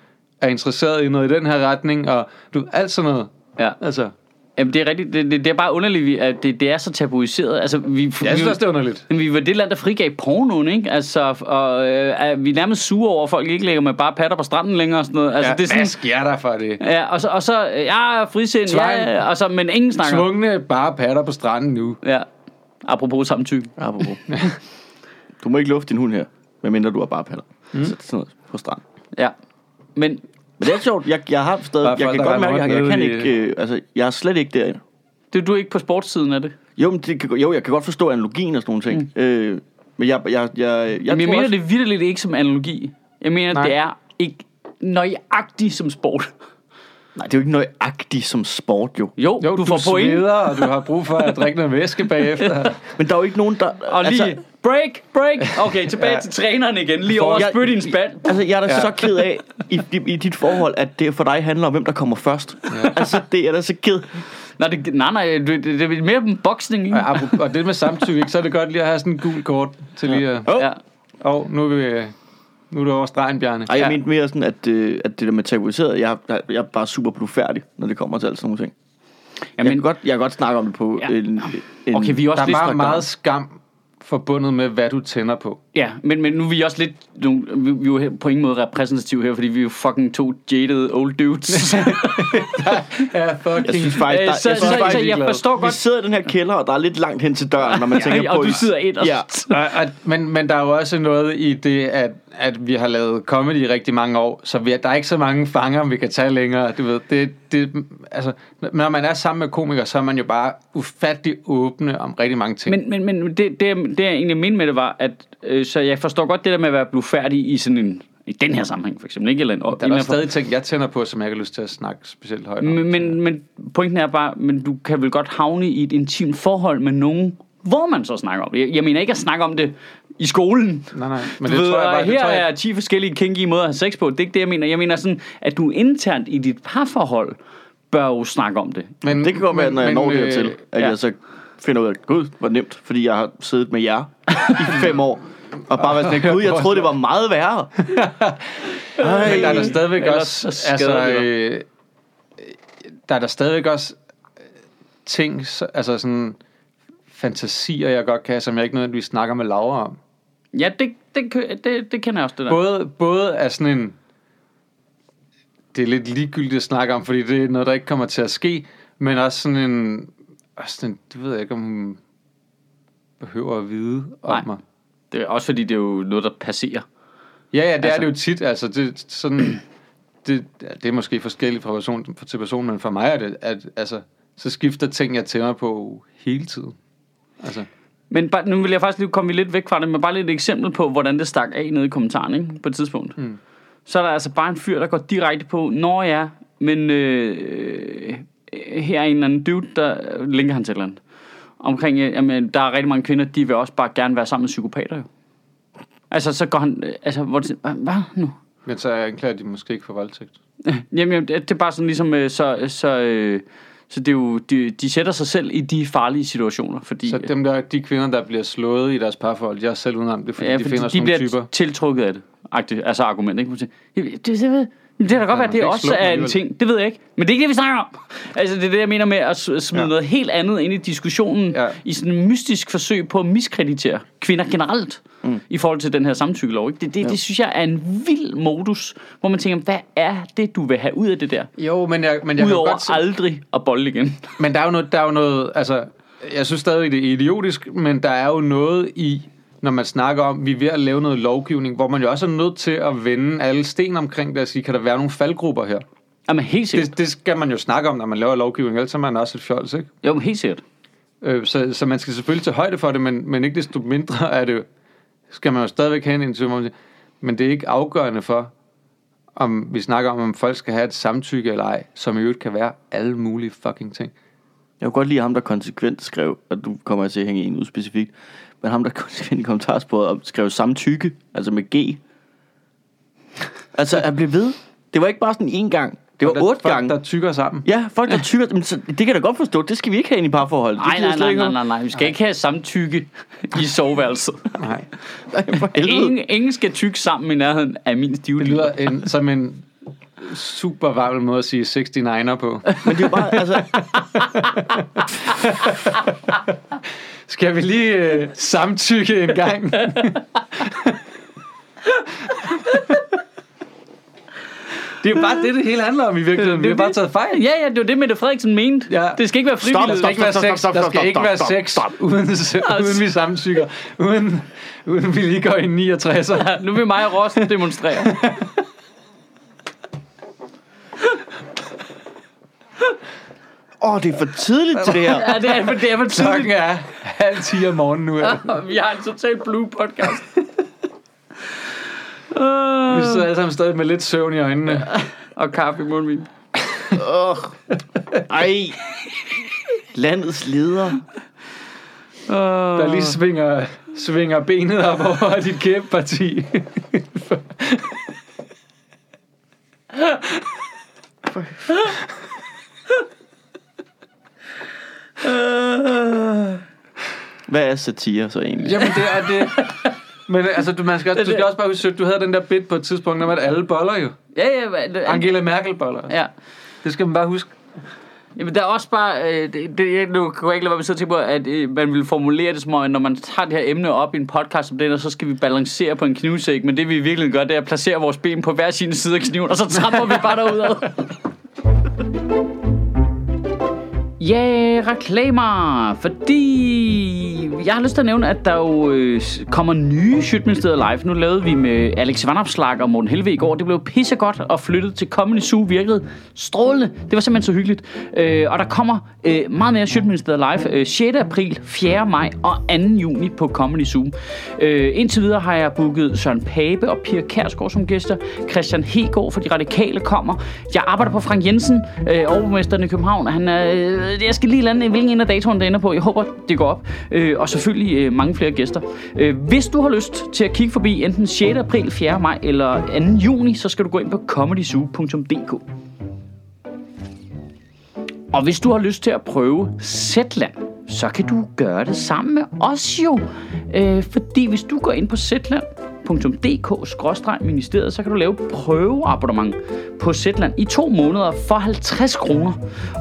Speaker 1: er interesseret i noget i den her retning, og du, alt sådan noget.
Speaker 3: Ja.
Speaker 1: Altså,
Speaker 3: Jamen, det er rigtigt. Det, det, det er bare underligt, vi- at det, det er så tabuiseret. Altså, vi,
Speaker 1: jeg synes
Speaker 3: vi,
Speaker 1: også, det er underligt.
Speaker 3: Men vi var det land, der frigav pornoen, ikke? Altså, og øh, er vi er nærmest sure over, at folk ikke lægger med bare patter på stranden længere og sådan noget. Altså,
Speaker 1: Ja,
Speaker 3: ja, det er sådan,
Speaker 1: Hvad sker der for det?
Speaker 3: ja, og så, og så øh, ja, frisind,
Speaker 1: Tvang.
Speaker 3: ja, og så, men ingen snakker.
Speaker 1: Tvungne bare patter på stranden nu.
Speaker 3: Ja, apropos samtykke.
Speaker 2: Apropos. du må ikke lufte din hund her, medmindre du har bare paller. Mm. Så det er sådan noget på strand.
Speaker 3: Ja, men
Speaker 2: Men det er sjovt. Jeg, jeg har
Speaker 1: Bare
Speaker 2: stadig, jeg
Speaker 1: folk,
Speaker 2: kan
Speaker 1: der
Speaker 2: godt
Speaker 1: render
Speaker 2: mærke, jeg,
Speaker 1: rundt
Speaker 2: jeg kan
Speaker 1: nede i-
Speaker 2: ikke, øh, altså, jeg er slet ikke derinde.
Speaker 3: det, du er ikke på sportssiden af det.
Speaker 2: Jo, men det kan, jo, jeg kan godt forstå analogien og sådan nogle ting. Mm. Øh, men jeg, jeg, jeg, jeg,
Speaker 3: Jeg, Jamen, jeg
Speaker 2: tror
Speaker 3: mener
Speaker 2: også-
Speaker 3: det vidderligt ikke som analogi. Jeg mener, Nej.
Speaker 1: Nej.
Speaker 3: det er ikke nøjagtigt som sport.
Speaker 2: Nej, det er jo ikke nøjagtigt som sport, jo.
Speaker 3: Jo,
Speaker 1: Jo,
Speaker 3: du, du får point.
Speaker 1: sveder, og du har brug for at drikke noget væske bagefter.
Speaker 2: Men der er jo ikke nogen, der...
Speaker 3: Og lige, altså, break, break. Okay, tilbage ja.
Speaker 1: Ja.
Speaker 3: til træneren igen. Lige over og
Speaker 2: Jeg-
Speaker 3: spytte i en spand.
Speaker 2: Altså, jeg er da ja.
Speaker 1: Ja.
Speaker 2: så ked af i, i, i dit forhold, at det for dig handler om, hvem der kommer først. Ja. Altså, det er jeg da så ked.
Speaker 3: Nej, det, nej, nej, det, det, det er mere en boksning, ikke?
Speaker 1: Og apropos- og det med samtykke, ikke, så er det godt lige at have sådan en gul kort til lige at... Åh,
Speaker 2: Åh.
Speaker 3: Ja.
Speaker 1: oh. nu er vi... øh, Nu er du over stregen, Bjarne.
Speaker 2: Ej, jeg
Speaker 3: Ja.
Speaker 2: ja. mente mere sådan, at, øh, at det der med tabuiseret, jeg, jeg, jeg er bare super blufærdig, når det kommer til alt sådan nogle ting. Jamen, jeg, kan godt, jeg kan godt snakke om det på
Speaker 3: Ja.
Speaker 2: ja. en, en...
Speaker 3: Okay, vi er også
Speaker 1: Der er bare
Speaker 3: lidt...
Speaker 2: snakke om.
Speaker 1: meget skam forbundet med, hvad du tænder på.
Speaker 3: Ja, men, men nu er vi også lidt... Nogle, vi, vi er jo her- på ingen måde repræsentative her, fordi vi er jo fucking to jaded old dudes. Øh,
Speaker 1: Ja, fucking...
Speaker 2: Jeg synes faktisk, der,
Speaker 3: så, så,
Speaker 2: jeg synes
Speaker 3: så, så,
Speaker 2: faktisk,
Speaker 3: jeg forstår
Speaker 2: vi
Speaker 3: godt...
Speaker 2: sidder i den her kælder, og der er lidt langt hen til døren, når man tænker
Speaker 3: Ja,
Speaker 2: på...
Speaker 3: og du
Speaker 2: det.
Speaker 3: sidder ind og...
Speaker 2: Ja.
Speaker 1: Og, og, men, men der er jo også noget i det, at, at vi har lavet comedy i rigtig mange år, så vi, der er ikke så mange fanger, vi kan tage længere. Du ved, det, det, altså, når man er sammen med komikere, så er man jo bare ufattelig åbne om rigtig mange ting.
Speaker 3: Men, men, men det, det, jeg- det, jeg egentlig mente med det var, at... Øh, så jeg forstår godt det der med at være blufærdig i sådan en... I den her sammenhæng, for eksempel. Ikke eller en,
Speaker 1: der er der
Speaker 3: indenfor-
Speaker 1: stadig ting, jeg tænder på, som jeg ikke har lyst til at snakke specielt højt om.
Speaker 3: Men, men, men pointen er bare, men du kan vel godt havne i et intimt forhold med nogen, hvor man så snakker om det. Jeg, jeg mener ikke at snakke om det i skolen.
Speaker 1: Nej, nej,
Speaker 3: Men det ved, tror jeg bare, her
Speaker 1: det tror jeg-
Speaker 3: er 10 forskellige kinky måder at have sex på. Det er ikke det, jeg mener. Jeg mener sådan, at du internt i dit parforhold bør jo snakke om det.
Speaker 1: Men,
Speaker 2: Det kan godt være, når jeg når
Speaker 1: øh,
Speaker 2: dertil, at
Speaker 3: ja.
Speaker 2: jeg så finder ud af, at gud, hvor nemt, fordi jeg har siddet med jer i fem år. Og bare været sådan, gud, jeg troede, det var meget værre. Ej,
Speaker 1: Men der er der stadigvæk
Speaker 3: Ellers
Speaker 1: også...
Speaker 3: så skader
Speaker 1: Altså,
Speaker 3: det
Speaker 1: øh, der er der stadigvæk også øh, ting, så- altså sådan fantasier, jeg godt kan, have, som jeg ikke nødvendigvis snakker med Laura om.
Speaker 3: Ja, det, det, kø- det, det kender jeg også, det der.
Speaker 1: Både, både er sådan en... Det er lidt ligegyldigt at snakke om, fordi det er noget, der ikke kommer til at ske, men også sådan en... Også sådan, en- det ved jeg ikke, om hun behøver at vide om
Speaker 3: Nej.
Speaker 1: mig.
Speaker 3: Det er også fordi, det er jo noget, der passerer.
Speaker 1: Ja, ja, det altså,
Speaker 3: Altså-
Speaker 1: er det jo tit. Altså, det, sådan, det, ja, det er måske forskelligt fra person til person, men for mig er det, at altså, så skifter ting, jeg tænder på hele tiden. Altså,
Speaker 3: Men bare, nu vil jeg faktisk lige komme lidt væk fra det, men bare lidt et eksempel på, hvordan det stak af nede i kommentaren ikke? på et tidspunkt. Mm. Så er der altså bare en fyr, der går direkte på, Nå ja, men øh, øh, her er en eller anden dude, der linker han til et eller andet. omkring, øh, jamen, der er rigtig mange kvinder, de vil også bare gerne være sammen med psykopater jo. Altså, så går han, øh, altså, hvor, det- hvad hvad nu?
Speaker 1: Men så anklager de måske ikke for voldtægt.
Speaker 3: Jamen, jamen det, det er bare sådan ligesom, øh, så, så, øh, så det er jo, de, de sætter sig selv i de farlige situationer, fordi,
Speaker 1: Så dem der, de kvinder, der bliver slået i deres parforhold, jeg er selv udenom det, fordi
Speaker 3: ja,
Speaker 1: de
Speaker 3: fordi
Speaker 1: finder
Speaker 3: de
Speaker 1: sådan
Speaker 3: bliver
Speaker 1: nogle typer.
Speaker 3: tiltrukket af det, agtigt, altså argument, ikke? Det, det, det, det, det kan da godt ja, være,
Speaker 1: man
Speaker 3: at
Speaker 1: kan
Speaker 3: det
Speaker 1: ikke
Speaker 3: også
Speaker 1: slukke den
Speaker 3: er en
Speaker 1: alligevel.
Speaker 3: ting, det ved jeg ikke, men det er ikke det, vi snakker om. Altså, det er det, jeg mener med at s- smide ja.
Speaker 1: Ja.
Speaker 3: noget helt andet ind i diskussionen, ja.
Speaker 1: Ja.
Speaker 3: i sådan en mystisk forsøg på at miskreditere kvinder generelt, mm. i forhold til den her samtykkelov, ikke? Det, det, ja. det synes jeg er en vild modus, hvor man tænker, hvad er det, du vil have ud af det der?
Speaker 1: Jo, men jeg, men jeg kan
Speaker 3: Udover
Speaker 1: godt se,
Speaker 3: aldrig at bolle igen.
Speaker 1: Men der er jo noget, der er jo noget, altså, jeg synes stadig, det er idiotisk, men der er jo noget i, når man snakker om, vi er ved at lave noget lovgivning, hvor man jo også er nødt til at vende alle sten omkring det og sige, kan der være nogle faldgrupper her?
Speaker 3: Jamen helt sikkert.
Speaker 1: Det, det skal man jo snakke om, når man laver lovgivning, ellers er man også et fjols, ikke?
Speaker 3: Jo, men helt sikkert.
Speaker 1: Øh, så, så man skal selvfølgelig tage højde for det, men, men ikke desto mindre er det jo, skal man jo stadigvæk have en interview, hvor man siger, men det er ikke afgørende for, om vi snakker om, om folk skal have et samtykke eller ej, som i øvrigt kan være alle mulige fucking ting.
Speaker 2: Jeg kunne godt lide ham, der konsekvent skrev, og du kommer til at hænge en ud specifikt, men ham, der konsekvent i kommentarsporet og skrev samtykke, altså med G. Altså, han blev ved. Det var ikke bare sådan en gang. Det var
Speaker 1: Der er
Speaker 2: otte
Speaker 1: folk,
Speaker 2: gange.
Speaker 1: der tykker sammen.
Speaker 2: Ja, folk der tykker, men så, det kan jeg da godt forstå, det skal vi ikke have ind i parforhold. Det
Speaker 3: Nej,
Speaker 2: gider jeg
Speaker 3: nej,
Speaker 2: slet
Speaker 3: nej,
Speaker 2: ikke
Speaker 3: nej,
Speaker 2: om.
Speaker 3: nej, nej. Vi skal ikke have samtykke i soveværelset.
Speaker 1: Nej.
Speaker 2: nej, for helvede.
Speaker 3: Ingen, ingen skal tykke sammen i nærheden af min stive
Speaker 1: Det lyder en, som en super varm måde at sige 69'er på.
Speaker 2: Men det er jo bare, altså,
Speaker 1: Skal vi lige øh, samtykke en gang? det er jo bare det, det hele handler om i virkeligheden. Vi har bare taget fejl.
Speaker 3: Ja, ja, det var det, Mette Frederiksen mente.
Speaker 1: Ja.
Speaker 3: Det skal ikke være
Speaker 1: Stop,
Speaker 3: frivilligt.
Speaker 1: der skal ikke være sex, der skal ikke være sex, uden, uden vi samtykker, uden, uden vi lige går i 69'er.
Speaker 3: Ja, nu vil mig og Ross demonstrere.
Speaker 2: åh, det er for tidligt til det her.
Speaker 3: Ja, det er, det er for tidligt.
Speaker 1: Klokken er halv 10 om morgenen nu. Ja.
Speaker 3: Vi har en total blue podcast.
Speaker 1: Vi
Speaker 3: Uh,
Speaker 1: sidder alle sammen stadig med lidt søvn i øjnene.
Speaker 3: og kaffe i mundvin.
Speaker 2: Ej, landets leder.
Speaker 1: der lige svinger, svinger benet op over dit kæbeparti.
Speaker 3: Øh.
Speaker 2: Hvad er satire så egentlig?
Speaker 1: Jamen, det er det. Men altså, du, man skal også, du skal også bare huske, at du havde den der bit på et tidspunkt, om at alle boller jo.
Speaker 3: Ja, ja, hvad- det-
Speaker 1: Angela Merkel boller.
Speaker 3: ja.
Speaker 1: Det skal man bare huske.
Speaker 3: Jamen, der er også bare... Øh, det, det, jeg- nu kan jeg ikke lade være med at sidde og tænke på, at øh, man ville formulere det som om, at når man tager det her emne op i en podcast som den, og så skal vi balancere på en knivsæk. Men det vi virkelig gør, det er at placere vores ben på hver sin side af kniven, og så tramper vi bare derudad. Ja, yeah, reklamer, fordi jeg har lyst til at nævne, at der jo øh, kommer nye Sjøtministeriet Live. Nu lavede vi med Alex Vandopslag og Morten Helve i går. Det blev pissegodt og flyttet til kommende Zoo virkede strålende. Det var simpelthen så hyggeligt. Øh, og der kommer øh, meget mere Sjøtministeriet Live øh, 6. april, 4. maj og 2. juni på Comedy Zoo. Øh, indtil videre har jeg booket Søren Pape og Pia Kærsgaard som gæster. Christian Hegård for De Radikale kommer. Jeg arbejder på Frank Jensen, øh, overborgmesteren i København. Han er, øh, jeg skal lige lande, hvilken en af datoren det ender på. Jeg håber, det går op. Øh, og selvfølgelig øh, mange flere gæster. Øh, hvis du har lyst til at kigge forbi enten 6. april, 4. maj eller 2. juni, så skal du gå ind på comedyzoo.dk. Og hvis du har lyst til at prøve Zetland, så kan du gøre det sammen med os jo. Øh, fordi hvis du går ind på zetland.dk-ministeriet, så kan du lave prøveabonnement på Zetland i to måneder for 50 kroner.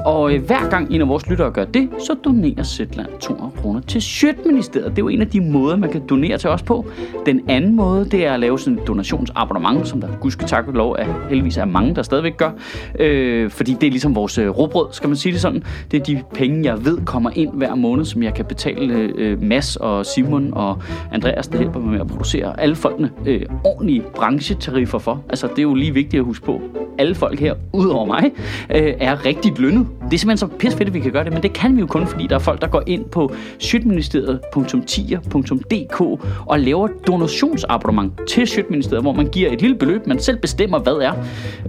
Speaker 3: Og øh, hver gang en af vores lyttere gør det, så donerer Zetland 200 kroner til Sjøtministeriet. Det er jo en af de måder, man kan donere til os på. Den anden måde, det er at lave sådan et donationsabonnement, som der gudske tak og lov er heldigvis er mange, der stadigvæk gør. Øh, fordi det er ligesom vores øh, råbrød, skal man sige det sådan. Det er de penge, jeg ved kommer ind hver måned, som jeg kan betale øh, Mads og Simon og Andreas, der hjælper mig med at producere. Alle folk, folkene øh, ordentlige branchetariffer for. Altså, det er jo lige vigtigt at huske på. Alle folk her, udover mig, øh, er rigtigt lønnet. Det er simpelthen så pissefedt, at vi kan gøre det, men det kan vi jo kun, fordi der er folk, der går ind på sjøtministeriet.tier.dk og laver donationsabonnement til Sjøtministeriet, hvor man giver et lille beløb, man selv bestemmer, hvad er.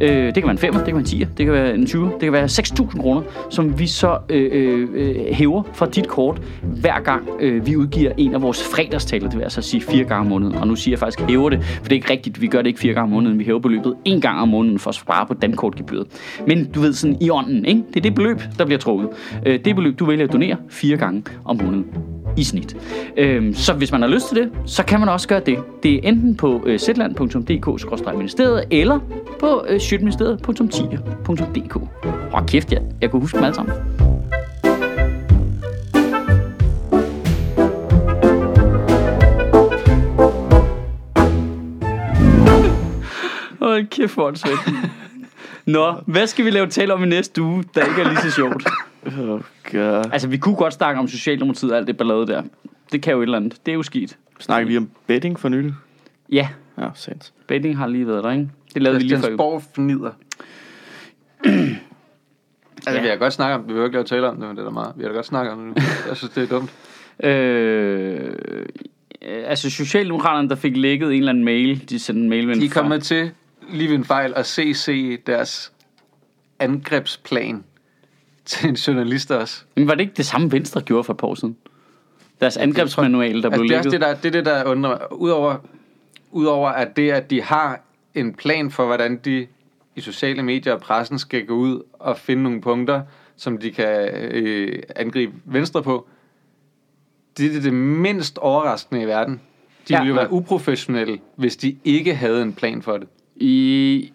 Speaker 3: Øh, det kan være en 5, det kan være en 10, det kan være en 20, det kan være 6.000 kroner, som vi så øh, øh, hæver fra dit kort, hver gang øh, vi udgiver en af vores fredagstaler. Det vil altså sige fire gange om måneden. Og nu siger jeg faktisk hæver det, for det er ikke rigtigt. Vi gør det ikke fire gange om måneden. Vi hæver beløbet en gang om måneden for at spare på dankortgebyret. Men du ved sådan i ånden, ikke? Det er det beløb, der bliver trukket. Øh, det beløb, du vælger at donere fire gange om måneden i snit. Øhm, så hvis man har lyst til det, så kan man også gøre det. Det er enten på øh, zland.dk-ministeriet eller på øh, sjøtministeriet.10.dk. Åh, kæft, jeg, jeg kunne huske dem alle sammen. Hold kæft, hvor er det sødt. Nå, hvad skal vi lave tale om i næste uge, der ikke er lige så sjovt?
Speaker 2: Oh God.
Speaker 3: Altså, vi kunne godt snakke om Socialdemokratiet og alt det ballade der. Det kan jo et eller andet. Det er jo skidt.
Speaker 2: Snakker vi om betting for nylig?
Speaker 3: Ja,
Speaker 2: Ja, sandt.
Speaker 3: betting har lige været der, ikke? Det lavede vi lige før.
Speaker 1: Christiansborg fnider. altså, vi har godt snakket om det. Vi har jo ikke lave tale om det, men det er da meget. Vi har da godt snakket om det nu. Jeg synes, det er dumt.
Speaker 3: Øh, altså, Socialdemokraterne, der fik lækket en eller anden mail. De sendte en mail med en
Speaker 1: De er
Speaker 3: fejl.
Speaker 1: kommet til lige ved en fejl at CC deres angrebsplan til en journalist også.
Speaker 3: Men var det ikke det samme Venstre gjorde for et par år siden? Deres angrebsmanual, der blev
Speaker 1: Altså, det er også
Speaker 3: lækket.
Speaker 1: det, der, det, er det, der undrer mig. Udover, udover at det, at de har en plan for, hvordan de i sociale medier og pressen skal gå ud og finde nogle punkter, som de kan øh, angribe Venstre på, det er det, det mindst overraskende i verden. De
Speaker 3: Ja.
Speaker 1: ja. ville jo være uprofessionelle, hvis de ikke havde en plan for det.
Speaker 3: I,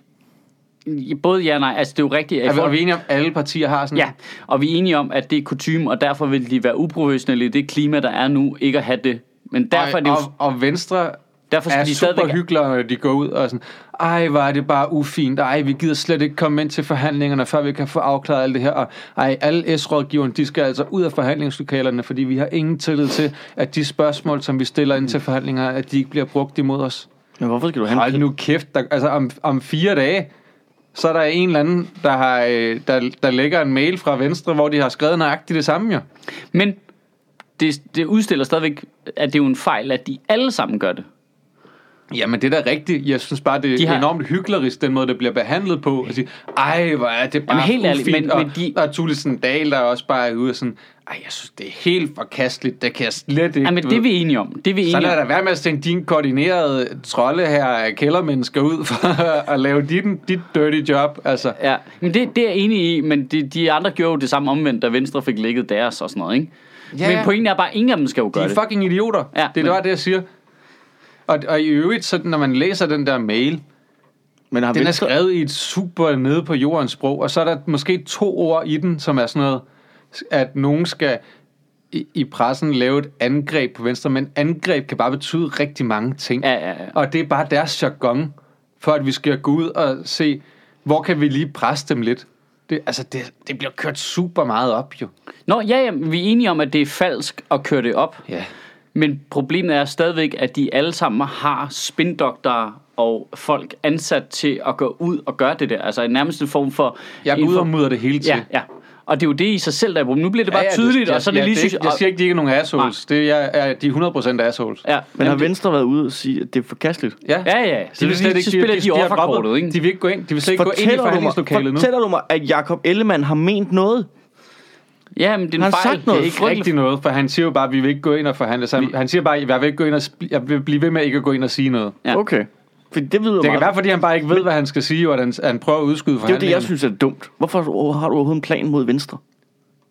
Speaker 3: i, både ja og nej. Altså, det er jo rigtigt. at i
Speaker 1: Er vi, er
Speaker 3: forhold-
Speaker 1: vi enige om, at alle partier har sådan
Speaker 3: Ja, og vi er enige om, at det er kutume, og derfor vil de være uprofessionelle i det klima, der er nu, ikke at have det. Men derfor er det jo...
Speaker 1: og, og, og Venstre
Speaker 3: Derfor skal
Speaker 1: er
Speaker 3: de
Speaker 1: super
Speaker 3: stadigvæk-
Speaker 1: hyggelige, når de går ud og er sådan, ej, hvor er det bare ufint, ej, vi gider slet ikke komme ind til forhandlingerne, før vi kan få afklaret alt det her, og ej, alle S-rådgiverne, de skal altså ud af forhandlingslokalerne, fordi vi har ingen tillid til, at de spørgsmål, som vi stiller ind til forhandlinger, at de ikke bliver brugt imod os.
Speaker 2: Men hvorfor skal du have en
Speaker 1: Hold nu kæft, der, altså om, om fire dage, så er der en eller anden, der, har, øh, der, der lægger en mail fra Venstre, hvor de har skrevet nøjagtigt det samme, jo.
Speaker 3: Men det, det udstiller stadigvæk, at det er jo en fejl, at de alle sammen gør det.
Speaker 1: Jamen, det er da rigtigt. Jeg synes bare, det
Speaker 3: De
Speaker 1: er
Speaker 3: har-
Speaker 1: har... enormt hyklerisk, den måde, det bliver behandlet på. At sige, ej, hvor er det bare
Speaker 3: Jamen, helt ærligt,
Speaker 1: ufint."
Speaker 3: men-
Speaker 1: og,
Speaker 3: men de-
Speaker 1: og Tulesen Dahl, der er også bare er ude og sådan, ej, jeg synes, det er helt forkasteligt. Det kan jeg slet ikke.
Speaker 3: Jamen,
Speaker 1: du
Speaker 3: det er
Speaker 1: ved."
Speaker 3: vi enige om. Det er vi enige
Speaker 1: Så lad
Speaker 3: om.
Speaker 1: da være med at sende din koordinerede trolde her af kældermennesker ud for at lave dit, dit dirty job. Altså,
Speaker 3: Ja, men det, det er jeg enig i, men de, de andre gjorde jo det samme omvendt, da Venstre fik lækket deres og sådan noget, ikke?
Speaker 1: Ja,
Speaker 3: men
Speaker 1: ja.
Speaker 3: pointen er bare, at ingen af dem skal jo
Speaker 1: de
Speaker 3: gøre
Speaker 1: er
Speaker 3: det.
Speaker 1: fucking idioter.
Speaker 3: Ja,
Speaker 1: det er
Speaker 3: men-
Speaker 1: men... det, jeg siger. Og, og i øvrigt, så når man læser den der mail,
Speaker 2: Men har
Speaker 1: Den er
Speaker 2: Venstre...
Speaker 1: skrevet i et super nede på jordens sprog, og så er der måske to ord i den, som er sådan noget, at nogen skal i, i pressen lave et angreb på Venstre, men angreb kan bare betyde rigtig mange ting.
Speaker 3: Ja, ja, ja.
Speaker 1: Og det er bare deres jargon, for at vi skal gå ud og se, hvor kan vi lige presse dem lidt. Det, altså, det, det bliver kørt super meget op, jo.
Speaker 3: Nå, ja, ja, vi er enige om, at det er falsk at køre det op.
Speaker 1: Ja.
Speaker 3: Men problemet er stadigvæk, at de alle sammen har spindoktorer og folk ansat til at gå ud og gøre det der. Altså en nærmest en form for...
Speaker 1: Jeg går
Speaker 3: en
Speaker 1: ud og
Speaker 3: form-
Speaker 1: mudrer det hele til.
Speaker 3: Ja, ja. Og det er jo det i sig selv, der er problemet. Nu bliver det bare ja, ja, tydeligt, det, og så er det
Speaker 1: ja,
Speaker 3: lige...
Speaker 1: det er ikke, jeg siger ikke, de ikke er nogen assholes. Det er, jeg er, de er 100% assholes.
Speaker 3: Ja,
Speaker 2: Men har
Speaker 3: Jamen, det-
Speaker 2: Venstre været ude og sige, at det er forkasteligt?
Speaker 1: Ja,
Speaker 3: Ja, ja. Så, det, så, så spiller de, de, de
Speaker 1: har droppet-
Speaker 3: offerkortet, ikke?
Speaker 1: De vil ikke gå ind. De vil slet ikke gå ind i
Speaker 2: Fortæller du, mig,
Speaker 1: forhandlingslokalet nu.
Speaker 2: fortæller du mig, at Jakob Ellemann har ment noget?
Speaker 3: ja, men det er en
Speaker 2: Har han
Speaker 3: fejl.
Speaker 2: sagt noget?
Speaker 3: Det er
Speaker 1: Ikke rigtig noget, for han siger jo bare, at vi vil ikke gå ind og forhandle. Så han, han siger bare, at jeg vil, ikke gå ind og, sp- jeg vil blive ved med ikke at gå ind og sige noget.
Speaker 3: Ja.
Speaker 2: Okay. For det ved
Speaker 1: Det kan være, fordi han bare ikke ved, hvad han skal sige, og at han, at han prøver at udskyde
Speaker 2: Det er jo det,
Speaker 1: forhandlingerne.
Speaker 2: jeg synes er dumt. Hvorfor har du overhovedet en plan mod Venstre?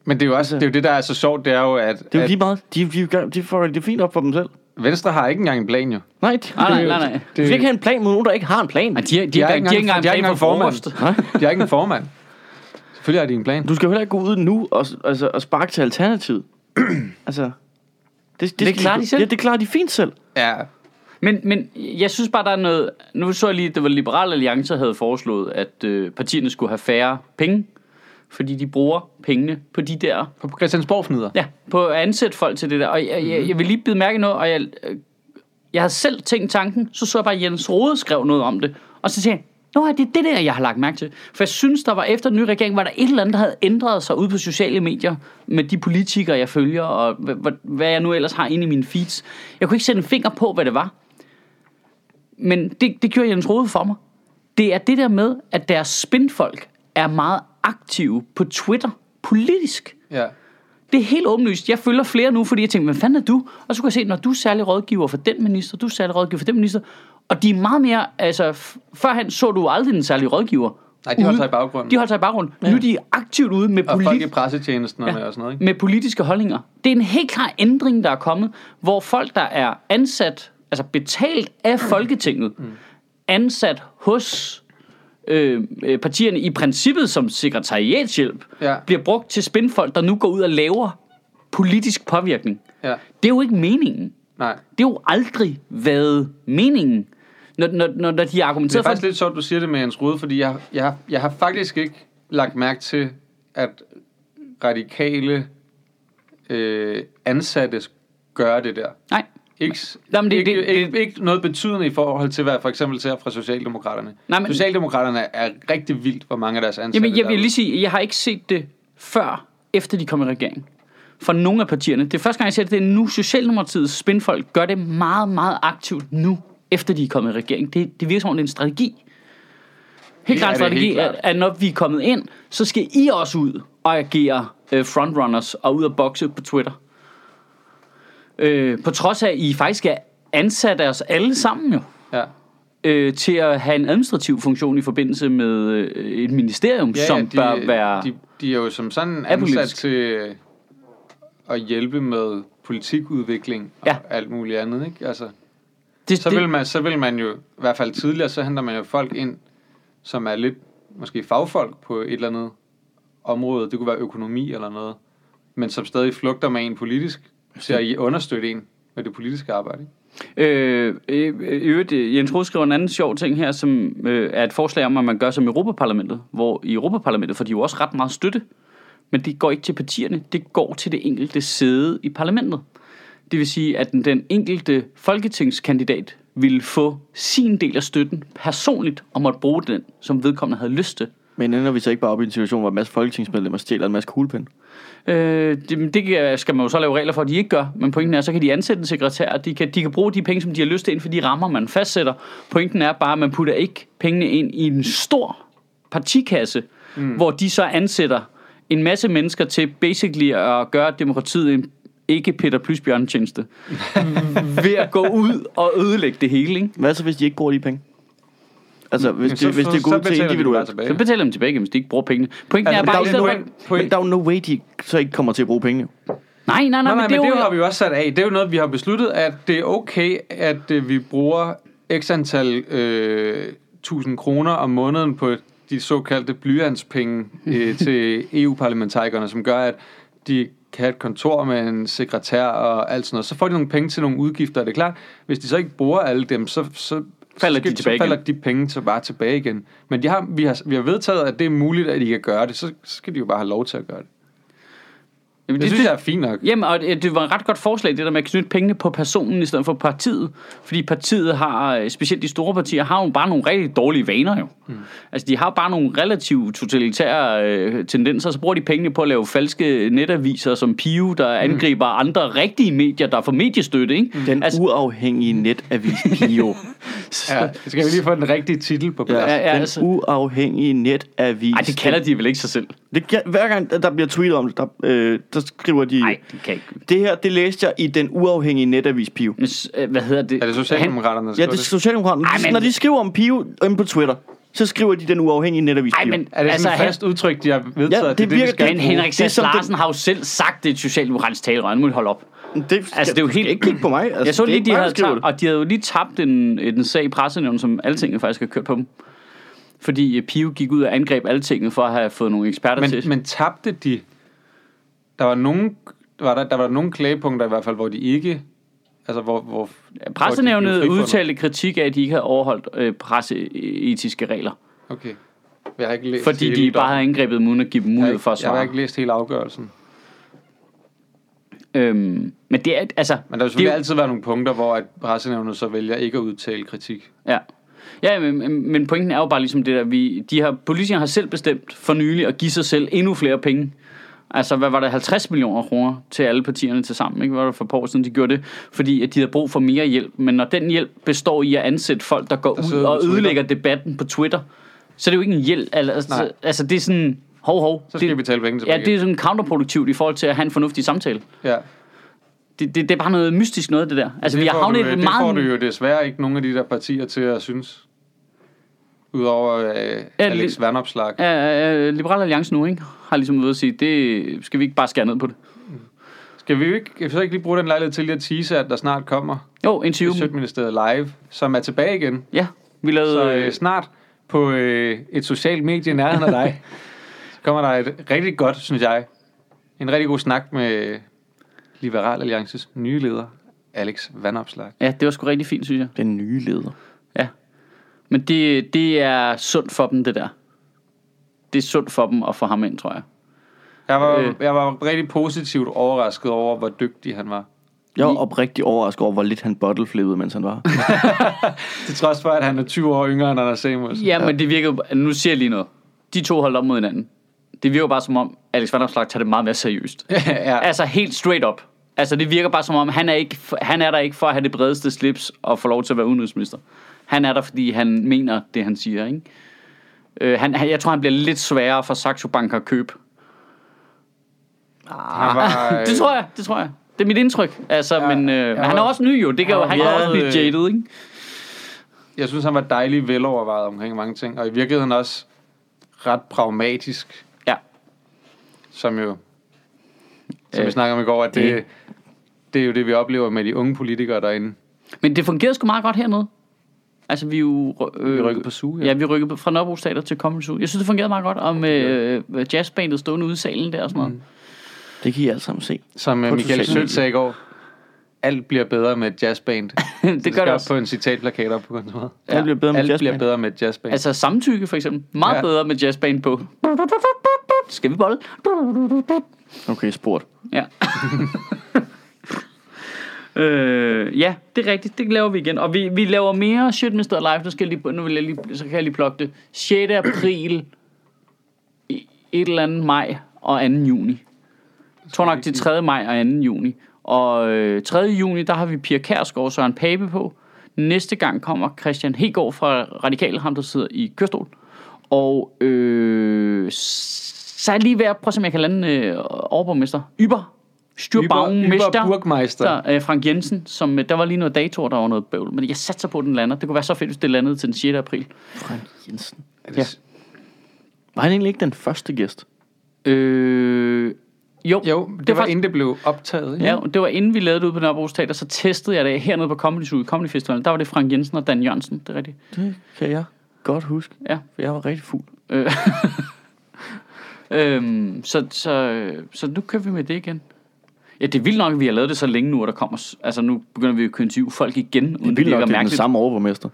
Speaker 1: Men det er jo også det, er jo det, der er så sjovt, det er jo, at,
Speaker 2: Altså- Det er jo
Speaker 1: at
Speaker 2: lige meget. De, de, de, de får det er fint op for dem selv.
Speaker 1: Venstre har ikke engang en plan, jo.
Speaker 2: Nej, de,
Speaker 3: Nej, nej,
Speaker 2: det-
Speaker 3: nej, nej.
Speaker 2: Du
Speaker 1: Det-
Speaker 2: skal ikke have en plan mod nogen, der ikke har en plan.
Speaker 3: Nej, de, de, de, de,
Speaker 1: Jeg
Speaker 3: har
Speaker 1: er
Speaker 3: ikke engang
Speaker 1: jeg er
Speaker 3: plan for frokost.
Speaker 1: formand. Jeg er ikke en formand. Selvfølgelig har de en plan.
Speaker 2: Du skal jo heller ikke gå ud nu og, altså, og sparke til alternativet. altså, det, det, det,
Speaker 3: klarer de selv.
Speaker 2: Ja, det klarer de fint selv.
Speaker 1: Ja,
Speaker 3: Men, men jeg synes bare, der er noget... Nu så jeg lige, at det var Liberal Alliance, der havde foreslået, at øh, partierne skulle have færre penge, fordi de bruger pengene på de der...
Speaker 1: på Christiansborg fnider.
Speaker 3: Ja, på at ansætte folk til det der. Og jeg, jeg, jeg vil lige bide mærke i noget, og jeg, Jeg havde selv tænkt tanken, så så jeg bare, at Jens Rode skrev noget om det. Og så tænkte jeg, Nå, ja, det er det der, jeg har lagt mærke til. For jeg synes, der var efter den nye regering, var der et eller andet, der havde ændret sig ude på sociale medier med de politikere, jeg følger, og h- h- hvad jeg nu ellers har inde i mine feeds. Jeg kunne ikke sætte en finger på, hvad det var. Men det, det gjorde Jens Rode for mig. Det er det der med, at deres spinfolk er meget aktive på Twitter politisk.
Speaker 1: Ja.
Speaker 3: Det er helt åbenlyst. Jeg følger flere nu, fordi jeg tænkte, hvad fanden er du? Og så kunne jeg se, når du er særlig rådgiver for den minister, du er særlig rådgiver for den minister. Og de er meget mere, altså, f- førhen så du aldrig den særlige rådgiver.
Speaker 1: Nej, de holdt sig i baggrunden.
Speaker 3: De holdt sig i baggrunden. Ja. Nu er de aktivt ude med,
Speaker 1: Og folk i
Speaker 3: politi-
Speaker 1: pressetjenesten og, ja. og sådan noget, ikke?
Speaker 3: med politiske holdninger. Det er en helt klar ændring, der er kommet, hvor folk, der er ansat, altså betalt af Folketinget, ansat hos øh, øh, partierne i princippet som sekretariatshjælp,
Speaker 1: Ja.
Speaker 3: bliver brugt til spinfolk, der nu går ud og laver politisk påvirkning.
Speaker 1: Ja.
Speaker 3: Det er jo ikke meningen.
Speaker 1: Nej.
Speaker 3: Det har jo aldrig været meningen, når, når, når, når de
Speaker 1: Det er
Speaker 3: argumenterer for...
Speaker 1: faktisk lidt sjovt, du siger det med Jens Rode, fordi jeg, jeg, har- jeg har faktisk ikke lagt mærke til, at radikale øh, ansatte gør det der.
Speaker 3: Nej,
Speaker 1: Ikke,
Speaker 3: Nå, men det-
Speaker 1: ikke,
Speaker 3: det- det-
Speaker 1: ikke, ikke noget betydende i forhold til, hvad jeg for eksempel ser fra Socialdemokraterne.
Speaker 3: Nej, men-
Speaker 1: Socialdemokraterne er rigtig vildt, hvor mange af deres ansatte
Speaker 3: Jamen, jeg vil
Speaker 1: derude.
Speaker 3: lige sige, jeg har ikke set det før, efter de kom i regering. For nogle af partierne. Det er første gang, jeg ser det, det er nu. Socialdemokratiets spinfolk gør det meget, meget aktivt nu, efter de er kommet i regering. Det, det virker som om, det er en strategi. Helt
Speaker 1: Det
Speaker 3: klart en
Speaker 1: er det helt
Speaker 3: strategi,
Speaker 1: klart.
Speaker 3: at, at når vi er kommet ind, så skal I også ud og agere øh, frontrunners og ud og bokse på Twitter. Øh, på trods af, at I faktisk er ansat af os alle sammen jo
Speaker 1: Ja.
Speaker 3: øh, til at have en administrativ funktion i forbindelse med øh, et ministerium, ja, som de, bør være...
Speaker 1: De, de er jo som sådan
Speaker 3: apolitisk.
Speaker 1: ansat til øh, at hjælpe med politikudvikling og
Speaker 3: Ja.
Speaker 1: alt muligt andet, ikke? Altså,
Speaker 3: det,
Speaker 1: så,
Speaker 3: det,
Speaker 1: vil man, så vil man jo, i hvert fald tidligere, så henter man jo folk ind, som er lidt, måske fagfolk på et eller andet område. Det kunne være økonomi eller noget. Men som stadig flugter med en politisk,
Speaker 2: Altså-
Speaker 1: til at understøtte en med det politiske arbejde. Ikke?
Speaker 3: Øh, øh, øh, i øvrigt, øh, Jens Rode skriver en anden sjov ting her, som øh, er et forslag om, at man gør som Europaparlamentet, hvor i Europaparlamentet får de jo også ret meget støtte, men det går ikke til partierne, det går til det enkelte sæde i parlamentet. Det vil sige, at den, den enkelte folketingskandidat ville få sin del af støtten personligt og måtte bruge den, som vedkommende havde lyst til.
Speaker 2: Men ender vi så ikke bare op i en situation, hvor en masse folketingsmedlemmer stjæler en masse kuglepen?
Speaker 3: Øh, det, men det kan- skal man jo så lave regler for, at de ikke gør. Men pointen er, så kan de ansætte en sekretær, og de kan, de kan bruge de penge, som de har lyst til inden for de rammer, man fastsætter. Pointen er bare, at man putter ikke pengene ind i en stor partikasse, mm. hvor de så ansætter en masse mennesker til basically at gøre demokratiet en ikke Peter Plus Bjørn tjeneste. ved at gå ud og ødelægge det hele, ikke?
Speaker 2: Hvad så, hvis de ikke bruger de penge? Altså, hvis,
Speaker 1: Men
Speaker 2: det, hvis det er
Speaker 1: så
Speaker 2: gået til
Speaker 1: betaler de bare
Speaker 2: individuelt.
Speaker 1: tilbage.
Speaker 3: Så betaler dem tilbage, hvis de ikke bruger pengene. Pointen
Speaker 1: Altså,
Speaker 3: er
Speaker 1: men der
Speaker 3: bare,
Speaker 1: er
Speaker 3: i
Speaker 1: jo
Speaker 3: stedet
Speaker 1: ikke
Speaker 3: for...
Speaker 1: nogen-
Speaker 2: Men der er jo no way, de så ikke kommer til at bruge penge. jo.
Speaker 3: Mm. Nej, nej, nej,
Speaker 1: Nej, nej,
Speaker 3: men det er jo...
Speaker 1: har vi jo også sat af. Det er jo noget, vi har besluttet, at det er okay, at øh, vi bruger x antal øh, 1000 kroner om måneden på de såkaldte blyantspenge øh, til EU-parlamentarikerne, som gør, at de kan have et kontor med en sekretær og alt sådan noget. Så får de nogle penge til nogle udgifter, og det er klart, hvis de så ikke bruger alle dem, så, så
Speaker 3: Falder de
Speaker 1: så
Speaker 3: tilbage
Speaker 1: falder
Speaker 3: igen.
Speaker 1: de penge så bare tilbage igen. Men de har, vi, har, vi har vedtaget, at det er muligt, at de kan gøre det, så, så skal de jo bare have lov til at gøre det. Det,
Speaker 3: Jamen,
Speaker 1: det synes jeg er fint nok.
Speaker 3: Jamen, og det det var et ret godt forslag, det der med at knytte pengene på personen i stedet for partiet. Fordi partiet har, øh, specielt de store partier, har jo bare nogle rigtig dårlige vaner jo. Mm. Altså, de har bare nogle relativt totalitære øh, tendenser, så bruger de pengene på at lave falske netaviser som Pio, der angriber andre rigtige medier, der får mediestøtte, ikke?
Speaker 2: Den
Speaker 3: Altså-
Speaker 2: altså, uafhængige netavis Pio.
Speaker 1: Ja, så skal vi lige få den rigtige titel på plads.
Speaker 2: ja,
Speaker 3: Ja, ja,
Speaker 2: ja, den
Speaker 3: altså.
Speaker 2: altså. uafhængige netavis.
Speaker 3: Nej, det kalder de vel ikke sig selv.
Speaker 2: Det, kan- hver gang der- der bliver tweetet om det, der, øh, der skriver de...
Speaker 3: Nej, det kan ikke.
Speaker 2: Det her, det læste jeg i den uafhængige netavis Pio.
Speaker 3: Men, s- øh, hvad hedder det?
Speaker 1: Er det Socialdemokraterne, der
Speaker 2: Ja,
Speaker 1: skriver
Speaker 2: det er Socialdemokraterne.
Speaker 3: Ej, men-
Speaker 2: Når de skriver om Pio øhm, på Twitter, så skriver de den uafhængige netavis
Speaker 3: Ej,
Speaker 2: Pio.
Speaker 3: men
Speaker 1: Er det altså,
Speaker 3: altså,
Speaker 1: sådan et fast udtryk, de har vedtaget?
Speaker 2: Ja,
Speaker 1: at
Speaker 2: det
Speaker 1: vi
Speaker 2: virker-
Speaker 1: skal
Speaker 3: men
Speaker 2: bruge-
Speaker 3: Henrik
Speaker 2: det er
Speaker 3: Sass
Speaker 2: som det-
Speaker 3: Larsen har jo selv sagt, det er et socialdemokratisk talerør. Nu må du holde op.
Speaker 2: Det,
Speaker 3: Altså, det er jo
Speaker 2: du skal
Speaker 3: helt-
Speaker 2: ikke kigge på mig. Altså,
Speaker 3: Jeg så
Speaker 2: det er
Speaker 3: lige,
Speaker 2: ikke
Speaker 3: de
Speaker 2: mig, der
Speaker 3: havde
Speaker 2: skriver
Speaker 3: tabt, og de havde jo lige tabt en, en sag i pressenævnen, som Altinget faktisk har kørt på dem. Fordi øh, Pio gik ud og angreb Altinget for at have fået nogle eksperter men, til.
Speaker 1: Men,
Speaker 3: Men,
Speaker 1: men tabte de... Der var nogen, var der, der var nogle klagepunkter i hvert fald, hvor de ikke... Altså, hvor... hvor ja,
Speaker 3: Pressenævnet udtalte kritik af, at de ikke havde overholdt øh, presseetiske regler.
Speaker 1: Okay. Jeg har ikke læst
Speaker 3: Fordi
Speaker 1: hele
Speaker 3: de bare
Speaker 1: dommen.
Speaker 3: havde angrebet dem uden at give dem
Speaker 1: Jeg har
Speaker 3: mulighed
Speaker 1: ikke-
Speaker 3: for at
Speaker 1: Jeg har
Speaker 3: svare.
Speaker 1: ikke læst hele afgørelsen.
Speaker 3: Øhm, men det er, et- altså...
Speaker 1: Men der vil
Speaker 3: det er
Speaker 1: selvfølgelig
Speaker 3: jo-
Speaker 1: altid være nogle punkter, hvor at pressenævnet så vælger ikke at udtale kritik.
Speaker 3: Ja. Ja, men- men, men pointen er jo bare ligesom det der, vi, de her politikere har selv bestemt for nylig at give sig selv endnu flere penge. Altså, hvad var det, 50 millioner kroner til alle partierne til sammen, ikke? Hvad var det for et par år siden, de gjorde det? Fordi at de havde brug for mere hjælp. Men når den hjælp består i at ansætte folk, der går der ud
Speaker 1: sidder på
Speaker 3: og
Speaker 1: Twitter.
Speaker 3: ødelægger debatten på Twitter, så er det jo ikke en hjælp.
Speaker 1: Nej.
Speaker 3: Altså, altså det er sådan, hov, hov.
Speaker 1: Så skal
Speaker 3: det,
Speaker 1: vi betale penge tilbage.
Speaker 3: Ja, det er sådan counterproduktivt i forhold til at have en fornuftig samtale.
Speaker 1: ja.
Speaker 3: Det, det, det er bare noget mystisk noget, det der. Altså,
Speaker 1: det
Speaker 3: vi har
Speaker 1: får
Speaker 3: havnet
Speaker 1: du,
Speaker 3: i
Speaker 1: jo-
Speaker 3: et
Speaker 1: Det får
Speaker 3: meget...
Speaker 1: du jo desværre ikke nogen af de der partier til at synes. Udover øh, Alex
Speaker 3: lidt-
Speaker 1: Vandopslag.
Speaker 3: Ja, uh, Liberal Alliance nu, ikke? Har ligesom ved at sige, det skal vi ikke bare skære ned på det.
Speaker 1: Skal vi jo ikke, kan vi så ikke lige bruge den lejlighed til lige at tease, at der snart kommer
Speaker 3: Jo, interview.
Speaker 1: Sødministeriet Live, som er tilbage igen.
Speaker 3: Ja, vi lavede...
Speaker 1: Så øh,
Speaker 3: øh,
Speaker 1: snart på øh, et socialt medie i nærheden af dig, så kommer der et rigtig godt, synes jeg, en rigtig god snak med Liberal Alliances nye leder, Alex Vandopslag.
Speaker 3: ja, det var sgu rigtig fint, synes jeg.
Speaker 2: Den nye leder.
Speaker 3: Ja. Men det, det er sundt for dem, det der. Det er sundt for dem at få ham ind, tror jeg.
Speaker 1: Jeg var,
Speaker 3: Øh.
Speaker 1: jeg var rigtig positivt overrasket over, hvor dygtig han var.
Speaker 2: Jeg var oprigtig overrasket over, hvor lidt han bottleflippede, mens han var.
Speaker 1: Til trods for, at han er 20 år yngre end Anders Samuelsen.
Speaker 3: Ja, men det virker jo- Nu siger jeg lige noget. De to holdt op mod hinanden. Det virker bare som om, Alex Van Opslark tager det meget mere seriøst.
Speaker 1: ja.
Speaker 3: Altså helt straight up. Altså det virker bare som om, han er, ikke, han er der ikke for at have det bredeste slips og få lov til at være udenrigsminister. Han er der, fordi han mener det, han siger. Ikke? Øh, han, han- jeg tror, han bliver lidt sværere for Saxo Bank at købe.
Speaker 1: Han var, øh,
Speaker 3: Det Ah. tror jeg, det tror jeg. Det er mit indtryk. Altså, ja, men øh,
Speaker 1: jeg
Speaker 3: han er
Speaker 1: var-
Speaker 3: også ny jo. Det kan, jo-
Speaker 1: jeg
Speaker 3: han kan
Speaker 1: var
Speaker 3: også blive
Speaker 1: meget, øh,
Speaker 3: jaded, ikke?
Speaker 1: jeg synes, han var dejlig velovervejet omkring mange ting, og i virkeligheden også ret pragmatisk,
Speaker 3: Ja.
Speaker 1: som jo, som
Speaker 3: Øh,
Speaker 1: vi snakkede om i går, at det,
Speaker 3: det-
Speaker 1: det. det er jo det, vi oplever med de unge politikere derinde.
Speaker 3: Men det fungerede sgu meget godt hernede. Altså, vi er jo... Øh,
Speaker 1: Vi rykkede på suge,
Speaker 3: Ja.
Speaker 1: ja.
Speaker 3: ja, vi rykkede på- fra Nørrebro Teater til Comedy Zoo. Jeg synes, det fungerede meget godt, og med øh, øh, jazzbandet stående ude i salen der og sådan noget. Mm.
Speaker 2: Det kan I alle sammen se.
Speaker 1: Som
Speaker 2: På
Speaker 1: på Michael
Speaker 2: sociale medier.
Speaker 1: Sødt sagde i går, alt bliver bedre med et jazzband.
Speaker 3: det gør
Speaker 1: skal
Speaker 3: det
Speaker 1: op
Speaker 3: også.
Speaker 1: på en citatplakat op på kontoret.
Speaker 2: Ja. Det bliver bedre med
Speaker 1: Alt bliver
Speaker 2: jazzband.
Speaker 1: bedre med et jazzband. Altså,
Speaker 3: Altså samtykke for eksempel. Meget ja.
Speaker 1: Ja.
Speaker 3: bedre med jazzband på. Skal vi bolle?
Speaker 2: Okay, spurgt.
Speaker 3: Ja. øh, ja, det er rigtigt. Det laver vi igen. Og vi, vi laver mere Shit Mr. Live. Nu, skal jeg lige, nu vil jeg lige, så kan jeg lige plukke det. 6. april, i- et eller andet maj og 2. juni. Jeg tror nok, det er 3. maj og 2. juni. Og øh, 3. juni, der har vi Pia Kærsgaard og Søren Pape på. Næste gang kommer Christian Hegård fra Radikale, ham der sidder i kørestol. Og øh, s- så er jeg lige ved at prøve, om jeg kan lande øh, overborgmester. Yber.
Speaker 1: Über
Speaker 3: Styrbaumester.
Speaker 1: Burgmeister.
Speaker 3: Der, øh, Frank Jensen, som øh, der var lige noget dato, der var noget bøvl, men jeg satser på, at den lander. Det kunne være så fedt, hvis det landede til den 6. april.
Speaker 2: Frank Jensen.
Speaker 1: Ja.
Speaker 2: Var han egentlig ikke den første gæst?
Speaker 3: Øh, jo,
Speaker 1: Jo, det, det var inden det blev optaget. Ikke?
Speaker 3: Ja, det var inden vi lavede det ude på Nørrebro Teater, så testede jeg det af hernede på Comedy Zoo, Comedy Festivalen. Der var det Frank Jensen og Dan Jørgensen, det er rigtigt.
Speaker 2: Det kan jeg godt huske.
Speaker 3: Ja.
Speaker 2: For jeg var rigtig fuld.
Speaker 3: Øh, øhm, så, så, øh, så nu kører vi med det igen. Ja, det er vildt nok, at vi har lavet det så længe nu, og der kommer... s- Altså, nu begynder vi at kunne interviewe folk igen, uden det,
Speaker 2: Vildt nok,
Speaker 3: virker
Speaker 2: det er den
Speaker 3: mærkeligt.
Speaker 2: samme overborgmester.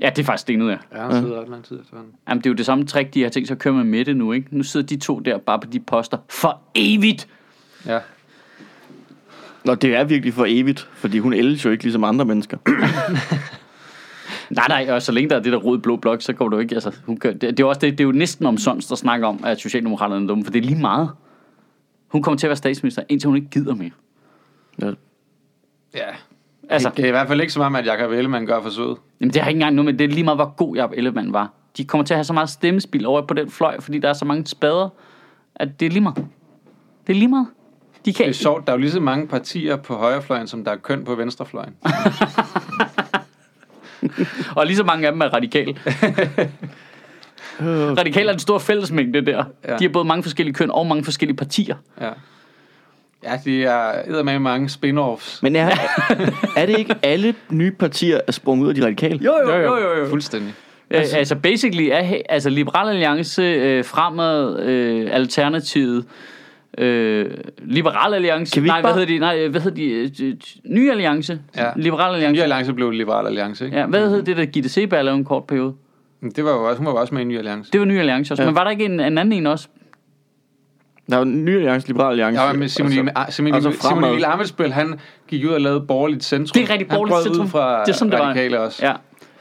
Speaker 3: Ja, det er faktisk det, jeg.
Speaker 1: Ja, han sidder ret lang tid efterhånden.
Speaker 3: Jamen, det er jo det samme trick, de har tænkt sig at køre med Mette nu, ikke? Nu sidder de to der bare på de poster for evigt.
Speaker 1: Ja.
Speaker 2: Nå, det er virkelig for evigt, fordi hun ældes jo ikke ligesom andre mennesker.
Speaker 3: Nej, nej, og så længe der er det der rød blå blok, så kommer du ikke, altså, hun kan, det, det, er jo også det, det er jo næsten om sådan, der snakker om, at Socialdemokraterne er dumme, for det er lige meget. Hun kommer til at være statsminister, indtil hun ikke gider mere.
Speaker 2: Ja.
Speaker 1: ja. Altså,
Speaker 3: Altså,
Speaker 1: det er i hvert fald ikke så meget, at Jacob Ellemann gør forsøget.
Speaker 3: jamen, det har ikke engang noget med, det er lige meget, hvor god Jacob Ellemann var. De kommer til at have så meget stemmespil over på den fløj, fordi der er så mange spader, at det er lige meget. Det er lige meget. De kan
Speaker 1: Det er sjovt, der er jo lige så mange partier på højrefløjen, som der er køn på venstrefløjen.
Speaker 3: Og lige så mange af dem er radikale. radikale er en stor fællesmængde der.
Speaker 1: Øh. Ja.
Speaker 3: De har både mange forskellige køn og mange forskellige partier.
Speaker 1: Ja, ja de er med mange spin-offs.
Speaker 2: Men er, er det ikke alle nye partier er sprunget ud af de radikale?
Speaker 1: Fuldstændig.
Speaker 3: Altså, altså basically er altså Liberal Alliance øh, fremad øh, alternativet øh, Liberal Alliance.
Speaker 2: Kan vi ikke
Speaker 3: nej,
Speaker 2: bare-
Speaker 3: hvad hedder de? Nej, hvad hedder de? Øh, øh, Ny Alliance.
Speaker 1: Ja.
Speaker 3: Liberal
Speaker 1: Ny
Speaker 3: Alliance. Ja.
Speaker 1: Alliance blev Liberal Alliance, ikke?
Speaker 3: ja, hvad hedder det der Gitte Seberg lavede en kort periode?
Speaker 1: Men Det var jo også, hun var jo også med i Ny Alliance.
Speaker 3: Det var Ny Alliance også. Ja.
Speaker 2: Ja.
Speaker 3: Men var der ikke en, en anden en også?
Speaker 2: Der er jo en ny alliance, liberal alliance.
Speaker 1: Jeg var med
Speaker 3: Altså-
Speaker 1: Simon Emil ah, Simon
Speaker 2: og så
Speaker 1: Emil- Simon
Speaker 2: fremad.
Speaker 1: Emil Amitsbøl, han gik ud og lavede borgerligt centrum.
Speaker 3: Det er rigtig borgerligt
Speaker 1: han brød
Speaker 3: centrum.
Speaker 1: ud fra
Speaker 3: det er sådan, det var.
Speaker 1: radikale også.
Speaker 3: Ja.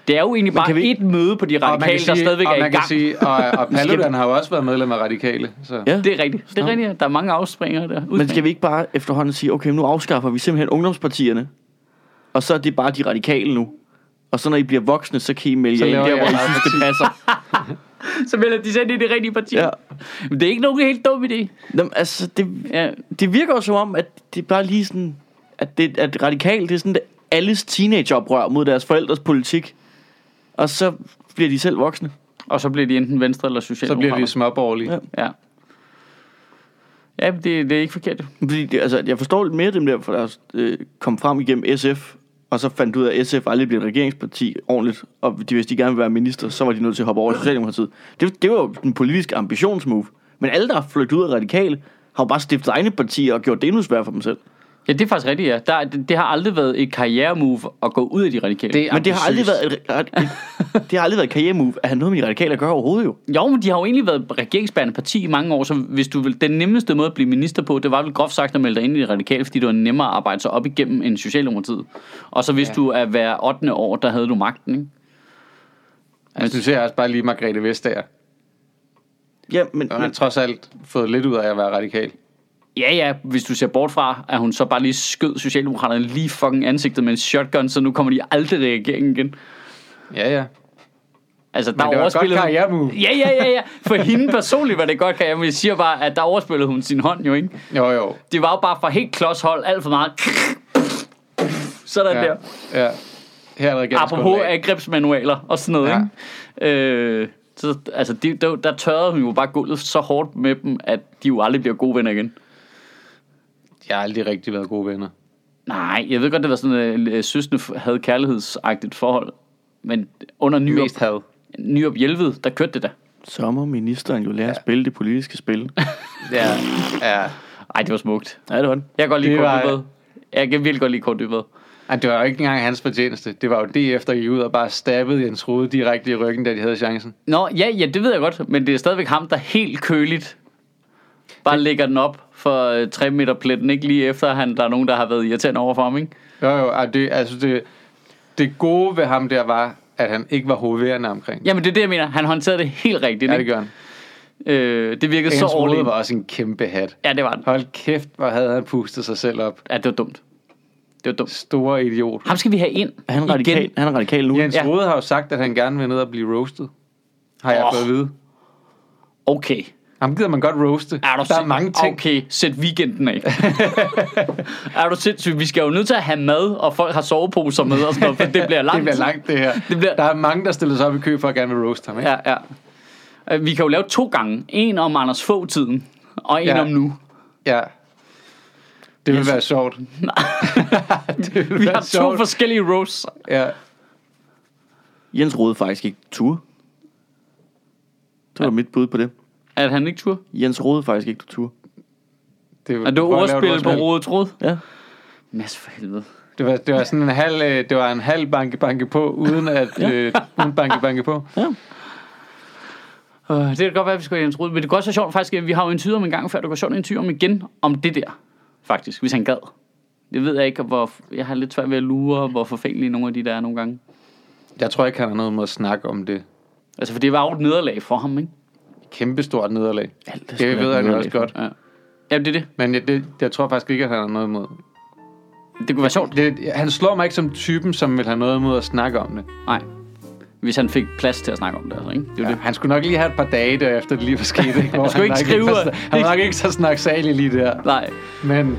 Speaker 3: Det er jo egentlig bare
Speaker 2: kan vi-
Speaker 3: vi... et møde på de
Speaker 1: Og man kan
Speaker 3: radikale, der stadigvæk
Speaker 1: og
Speaker 3: er i
Speaker 1: man kan
Speaker 3: gang.
Speaker 1: sige, og, og Paludan har jo også været medlem af radikale. Så.
Speaker 2: Ja.
Speaker 3: Det er rigtigt. Det er rigtigt. ja. Der er mange afspringere der.
Speaker 2: Men skal vi ikke bare efterhånden sige, okay, nu afskaffer vi simpelthen ungdomspartierne, og så er det bare de radikale nu. Og så når I bliver voksne, så kan I melde
Speaker 1: Så
Speaker 2: jer
Speaker 1: laver
Speaker 2: ind der,
Speaker 1: jeg
Speaker 2: hvor I
Speaker 1: eget
Speaker 2: synes, det passer.
Speaker 3: Så melder de sig ind i det rigtige parti.
Speaker 2: Ja.
Speaker 3: Men det er ikke nogen helt dum idé.
Speaker 2: Jamen, altså, det,
Speaker 3: Ja.
Speaker 2: det virker jo som om, at det er bare lige sådan, at, det, at radikalt, det er sådan det, alles teenageoprør mod deres forældres politik. Og så bliver de selv voksne.
Speaker 3: Og så bliver de enten venstre eller
Speaker 1: Så bliver
Speaker 3: socialdemokrater.
Speaker 1: de småborgerlige.
Speaker 2: Ja.
Speaker 1: Ja.
Speaker 3: Ja. Ja, men det, det er ikke forkert. jo.
Speaker 2: Fordi det, altså, jeg forstår lidt mere dem der, for der øh, kom frem igennem SF, og så fandt ud af, at SF aldrig blev et regeringsparti ordentligt, og de, hvis de gerne ville være minister, så var de nødt til at hoppe over i Socialdemokratiet. Det, det var jo den politiske ambitionsmove. Men alle, der har flygtet ud af radikale, har jo bare stiftet egne partier og gjort det endnu sværere for dem selv.
Speaker 3: Ja, det er faktisk rigtigt, ja. Der, det, det har aldrig været et karrieremove at gå ud af de radikale.
Speaker 1: Det er
Speaker 2: Men det har aldrig
Speaker 1: ambitiøst.
Speaker 2: været et, et, et, det har aldrig været et karrieremove at have noget med de radikale at gøre overhovedet jo.
Speaker 3: Jo, men de har jo egentlig været regeringsbærende parti i mange år, så hvis du vil, den nemmeste måde at blive minister på, det var vel groft sagt at melde dig ind i det radikale, fordi det var nemmere at arbejde sig op igennem end Socialdemokratiet. Og så hvis ja. du er hver 8. år, der havde du magten, ikke?
Speaker 1: Altså, nu ser jeg også bare lige Margrethe Vestager.
Speaker 2: Ja, men,
Speaker 1: Og han har
Speaker 2: men
Speaker 1: trods alt fået lidt ud af at være radikal.
Speaker 3: Ja, ja, hvis du ser bort fra, at hun så bare lige skød Socialdemokraterne lige fucking ansigtet med en shotgun, så nu kommer de aldrig i regeringen igen.
Speaker 1: Ja, ja.
Speaker 3: Altså, der
Speaker 1: Men det var et godt
Speaker 3: overspillede hun-
Speaker 1: karrieremove.
Speaker 3: Ja, ja, ja, ja. For hende personligt var det et godt karriere, men jeg siger bare, at der overspillede hun sin hånd jo, ikke?
Speaker 1: Jo, jo.
Speaker 3: Det var jo bare for helt klodshold, alt for meget. Sådan ja.
Speaker 1: Ja.
Speaker 3: der.
Speaker 1: ja. Her er der
Speaker 3: Apropos
Speaker 1: regeringsgrundlag.
Speaker 3: angrebsmanualer og sådan noget, ja. ikke? Øh, så, altså, de, der, der tørrede hun jo bare gulvet så hårdt med dem, at de jo aldrig bliver gode venner igen.
Speaker 1: Jeg har aldrig rigtig været gode venner.
Speaker 3: Nej, jeg ved godt, det var sådan, øh, at søsne havde kærlighedsagtigt forhold. Men under Nyrup,
Speaker 1: Mest had.
Speaker 3: Nyrup Hjelved, der kørte det da.
Speaker 2: så må ministeren jo lære at spille det politiske spil.
Speaker 1: Ja, ja.
Speaker 3: Ej, det var smukt.
Speaker 2: Ja, det var den.
Speaker 3: Jeg kan godt lide
Speaker 1: Det
Speaker 3: Kort
Speaker 1: var-
Speaker 3: Dybvad. Jeg kan virkelig godt lide Kort Dybvad.
Speaker 1: Ej, det var jo ikke engang hans fortjeneste. Det var jo det, efter I gik ud og bare stabbede Jens Rode direkte i ryggen, da de havde chancen.
Speaker 3: Nå, ja, ja, det ved jeg godt, men det er stadigvæk ham, der helt køligt bare lægger den op for øh, 3 meter pletten, ikke lige efter, han, der er nogen, der har været irriterende over for ham, ikke?
Speaker 1: Jo, jo. ej, Det, altså det, det gode ved ham der var, at han ikke var hovedværende omkring.
Speaker 3: Jamen, det er det, jeg mener. Han håndterede det helt rigtigt,
Speaker 1: Ja, det
Speaker 3: ikke?
Speaker 1: gør han.
Speaker 3: Øh, det virkede
Speaker 1: Jens
Speaker 3: så
Speaker 1: Rode
Speaker 3: overlevet.
Speaker 1: var også en kæmpe hat.
Speaker 3: Ja, det var det.
Speaker 1: Hold kæft, hvor havde han pustet sig selv op.
Speaker 3: Ja, det var dumt. Det var dumt.
Speaker 1: Store idiot.
Speaker 3: Ham skal vi have ind
Speaker 2: Er han radikal,
Speaker 3: igen.
Speaker 2: han er radikal nu?
Speaker 1: Jens
Speaker 3: Ja.
Speaker 1: ja. Rode har jo sagt, at han gerne vil ned og blive roasted. Har jeg
Speaker 3: Åh.
Speaker 1: oh. fået at vide.
Speaker 3: Okay.
Speaker 1: Ham gider man godt roaste.
Speaker 3: Er du
Speaker 1: der er
Speaker 3: sind-
Speaker 1: mange ting.
Speaker 3: Okay, sæt weekenden af. er du sindssyg? Vi skal jo nødt til at have mad, og folk har soveposer med og sådan noget, for det bliver langt.
Speaker 1: Det bliver langt, det her.
Speaker 3: Det bliver-
Speaker 1: Der er mange, der stiller sig op i kø for at gerne vil roaste ham. Ikke?
Speaker 3: Ja, ja. Øh, Vi kan jo lave to gange. En om Anders Fogh-tiden, og en
Speaker 1: Ja.
Speaker 3: om nu.
Speaker 1: Ja. Det vil være sjovt. det vil
Speaker 3: Vi
Speaker 1: være
Speaker 3: har to
Speaker 1: sjovt.
Speaker 3: forskellige roasts.
Speaker 1: Ja.
Speaker 2: Jens Rode faktisk ikke tur. Det var ja. mit bud på det.
Speaker 3: At han ikke tur.
Speaker 2: Jens Rode faktisk ikke tur.
Speaker 1: Det vil,
Speaker 3: Er du
Speaker 1: prøv at lave et
Speaker 3: ordspillet på
Speaker 1: ordspil.
Speaker 3: rodet tråd?
Speaker 2: Ja.
Speaker 3: Mads for helvede.
Speaker 1: Det var, det var sådan en halv, øh, det var en halv banke banke på, uden at øh, uden banke banke på.
Speaker 3: Øh, Det kan godt være, at vi skal have Jens Rud, men det kunne også være sjovt, faktisk, at vi har jo en tyder om en gang før, det går sjovt en tyder om igen, om det der, faktisk, hvis han gad. Det ved jeg ikke, hvor jeg har lidt svært ved at lure, hvor forfængelige nogle af de der er nogle gange.
Speaker 1: Jeg tror ikke, han har noget med at snakke om det.
Speaker 3: Altså, for det var jo et nederlag for ham, ikke?
Speaker 1: Kæmpestort nederlag.
Speaker 2: Alt
Speaker 1: Det ved han jo også godt.
Speaker 3: Ja. Ja, det er det.
Speaker 1: Men jeg, det, jeg tror faktisk ikke, at han har noget imod.
Speaker 3: Det kunne være sjovt.
Speaker 1: Det, han slår mig ikke som typen, som vil have noget imod at snakke om det.
Speaker 3: Nej. Hvis han fik plads til at snakke om det, altså, ikke? Det er jo
Speaker 1: Ja,
Speaker 3: det.
Speaker 1: han skulle nok lige have et par dage derefter, det lige var sket. Ikke? Hvor
Speaker 3: Han skulle ikke
Speaker 1: nok
Speaker 3: skrive-
Speaker 1: var- han var nok ikke så snaksalig lige der.
Speaker 3: Nej.
Speaker 1: Men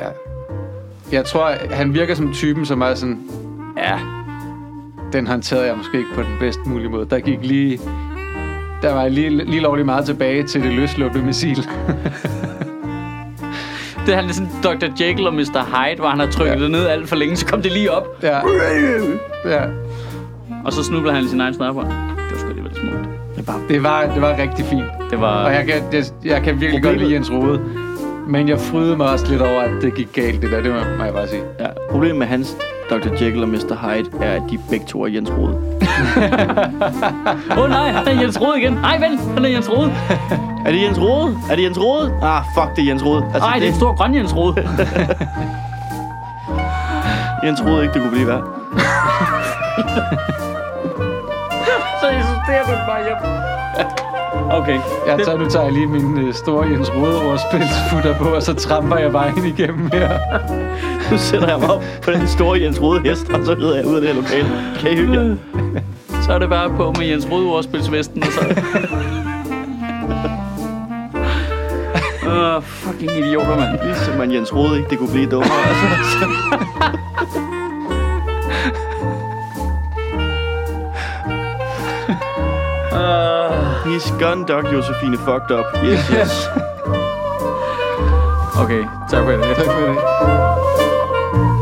Speaker 1: ja. Jeg tror, han virker som typen, som er sådan,
Speaker 3: Ja.
Speaker 1: den håndterede jeg måske ikke på den bedst mulige måde. Der gik lige... Der var lige, lige lovlig meget tilbage til det løslåbte missil.
Speaker 3: Det er han ligesom Dr. Jekyll og Mr. Hyde, hvor han har trykket ja.
Speaker 1: Ja.
Speaker 3: det ned alt for længe, så kom det lige op,
Speaker 1: Ja. ja.
Speaker 3: og så snubler han i sin egen snørbånd. Det var sgu alligevel smukt.
Speaker 1: Det, var, det var rigtig fint.
Speaker 3: Det var...
Speaker 1: Og jeg kan, jeg, jeg kan virkelig godt lide Jens Rode. Men jeg frydede mig også lidt over, at det gik galt, det der. Det må må jeg bare sige.
Speaker 2: Ja. Problemet med hans Dr. Jekyll og Mr. Hyde er, at de begge to er Jens Rode.
Speaker 3: Åh oh, nej, der er Jens Rode igen. Nej, vent, han er Jens Rode.
Speaker 2: Er det Jens Rode? Er det Jens Rode? Ah, fuck, det er Jens Rode. Altså,
Speaker 3: Nej, det er en stor grøn Jens Rode.
Speaker 2: Jens Rode ikke, det kunne blive værd.
Speaker 3: Så insisterer du bare hjem. Okay.
Speaker 1: Jeg tager, nu tager jeg lige min øh, store Jens Rode-ordspilsfutter på, og så tramper jeg vejen igennem her.
Speaker 2: Nu sætter jeg mig op på den store Jens Rode hest, og så rider jeg ud af det her lokale. Kan I hygge jer?
Speaker 3: Så er det bare på med Jens Rode ordspilsvesten, og så... Åh, oh, fucking idioter, mand.
Speaker 2: Ligesom man Jens Rode ikke, det kunne blive dummere. Altså, altså.
Speaker 3: Øh.
Speaker 2: He's gone dog, Josefine. Fucked up. Yes, yes.
Speaker 3: Okay, tak for det.
Speaker 1: Tak for det.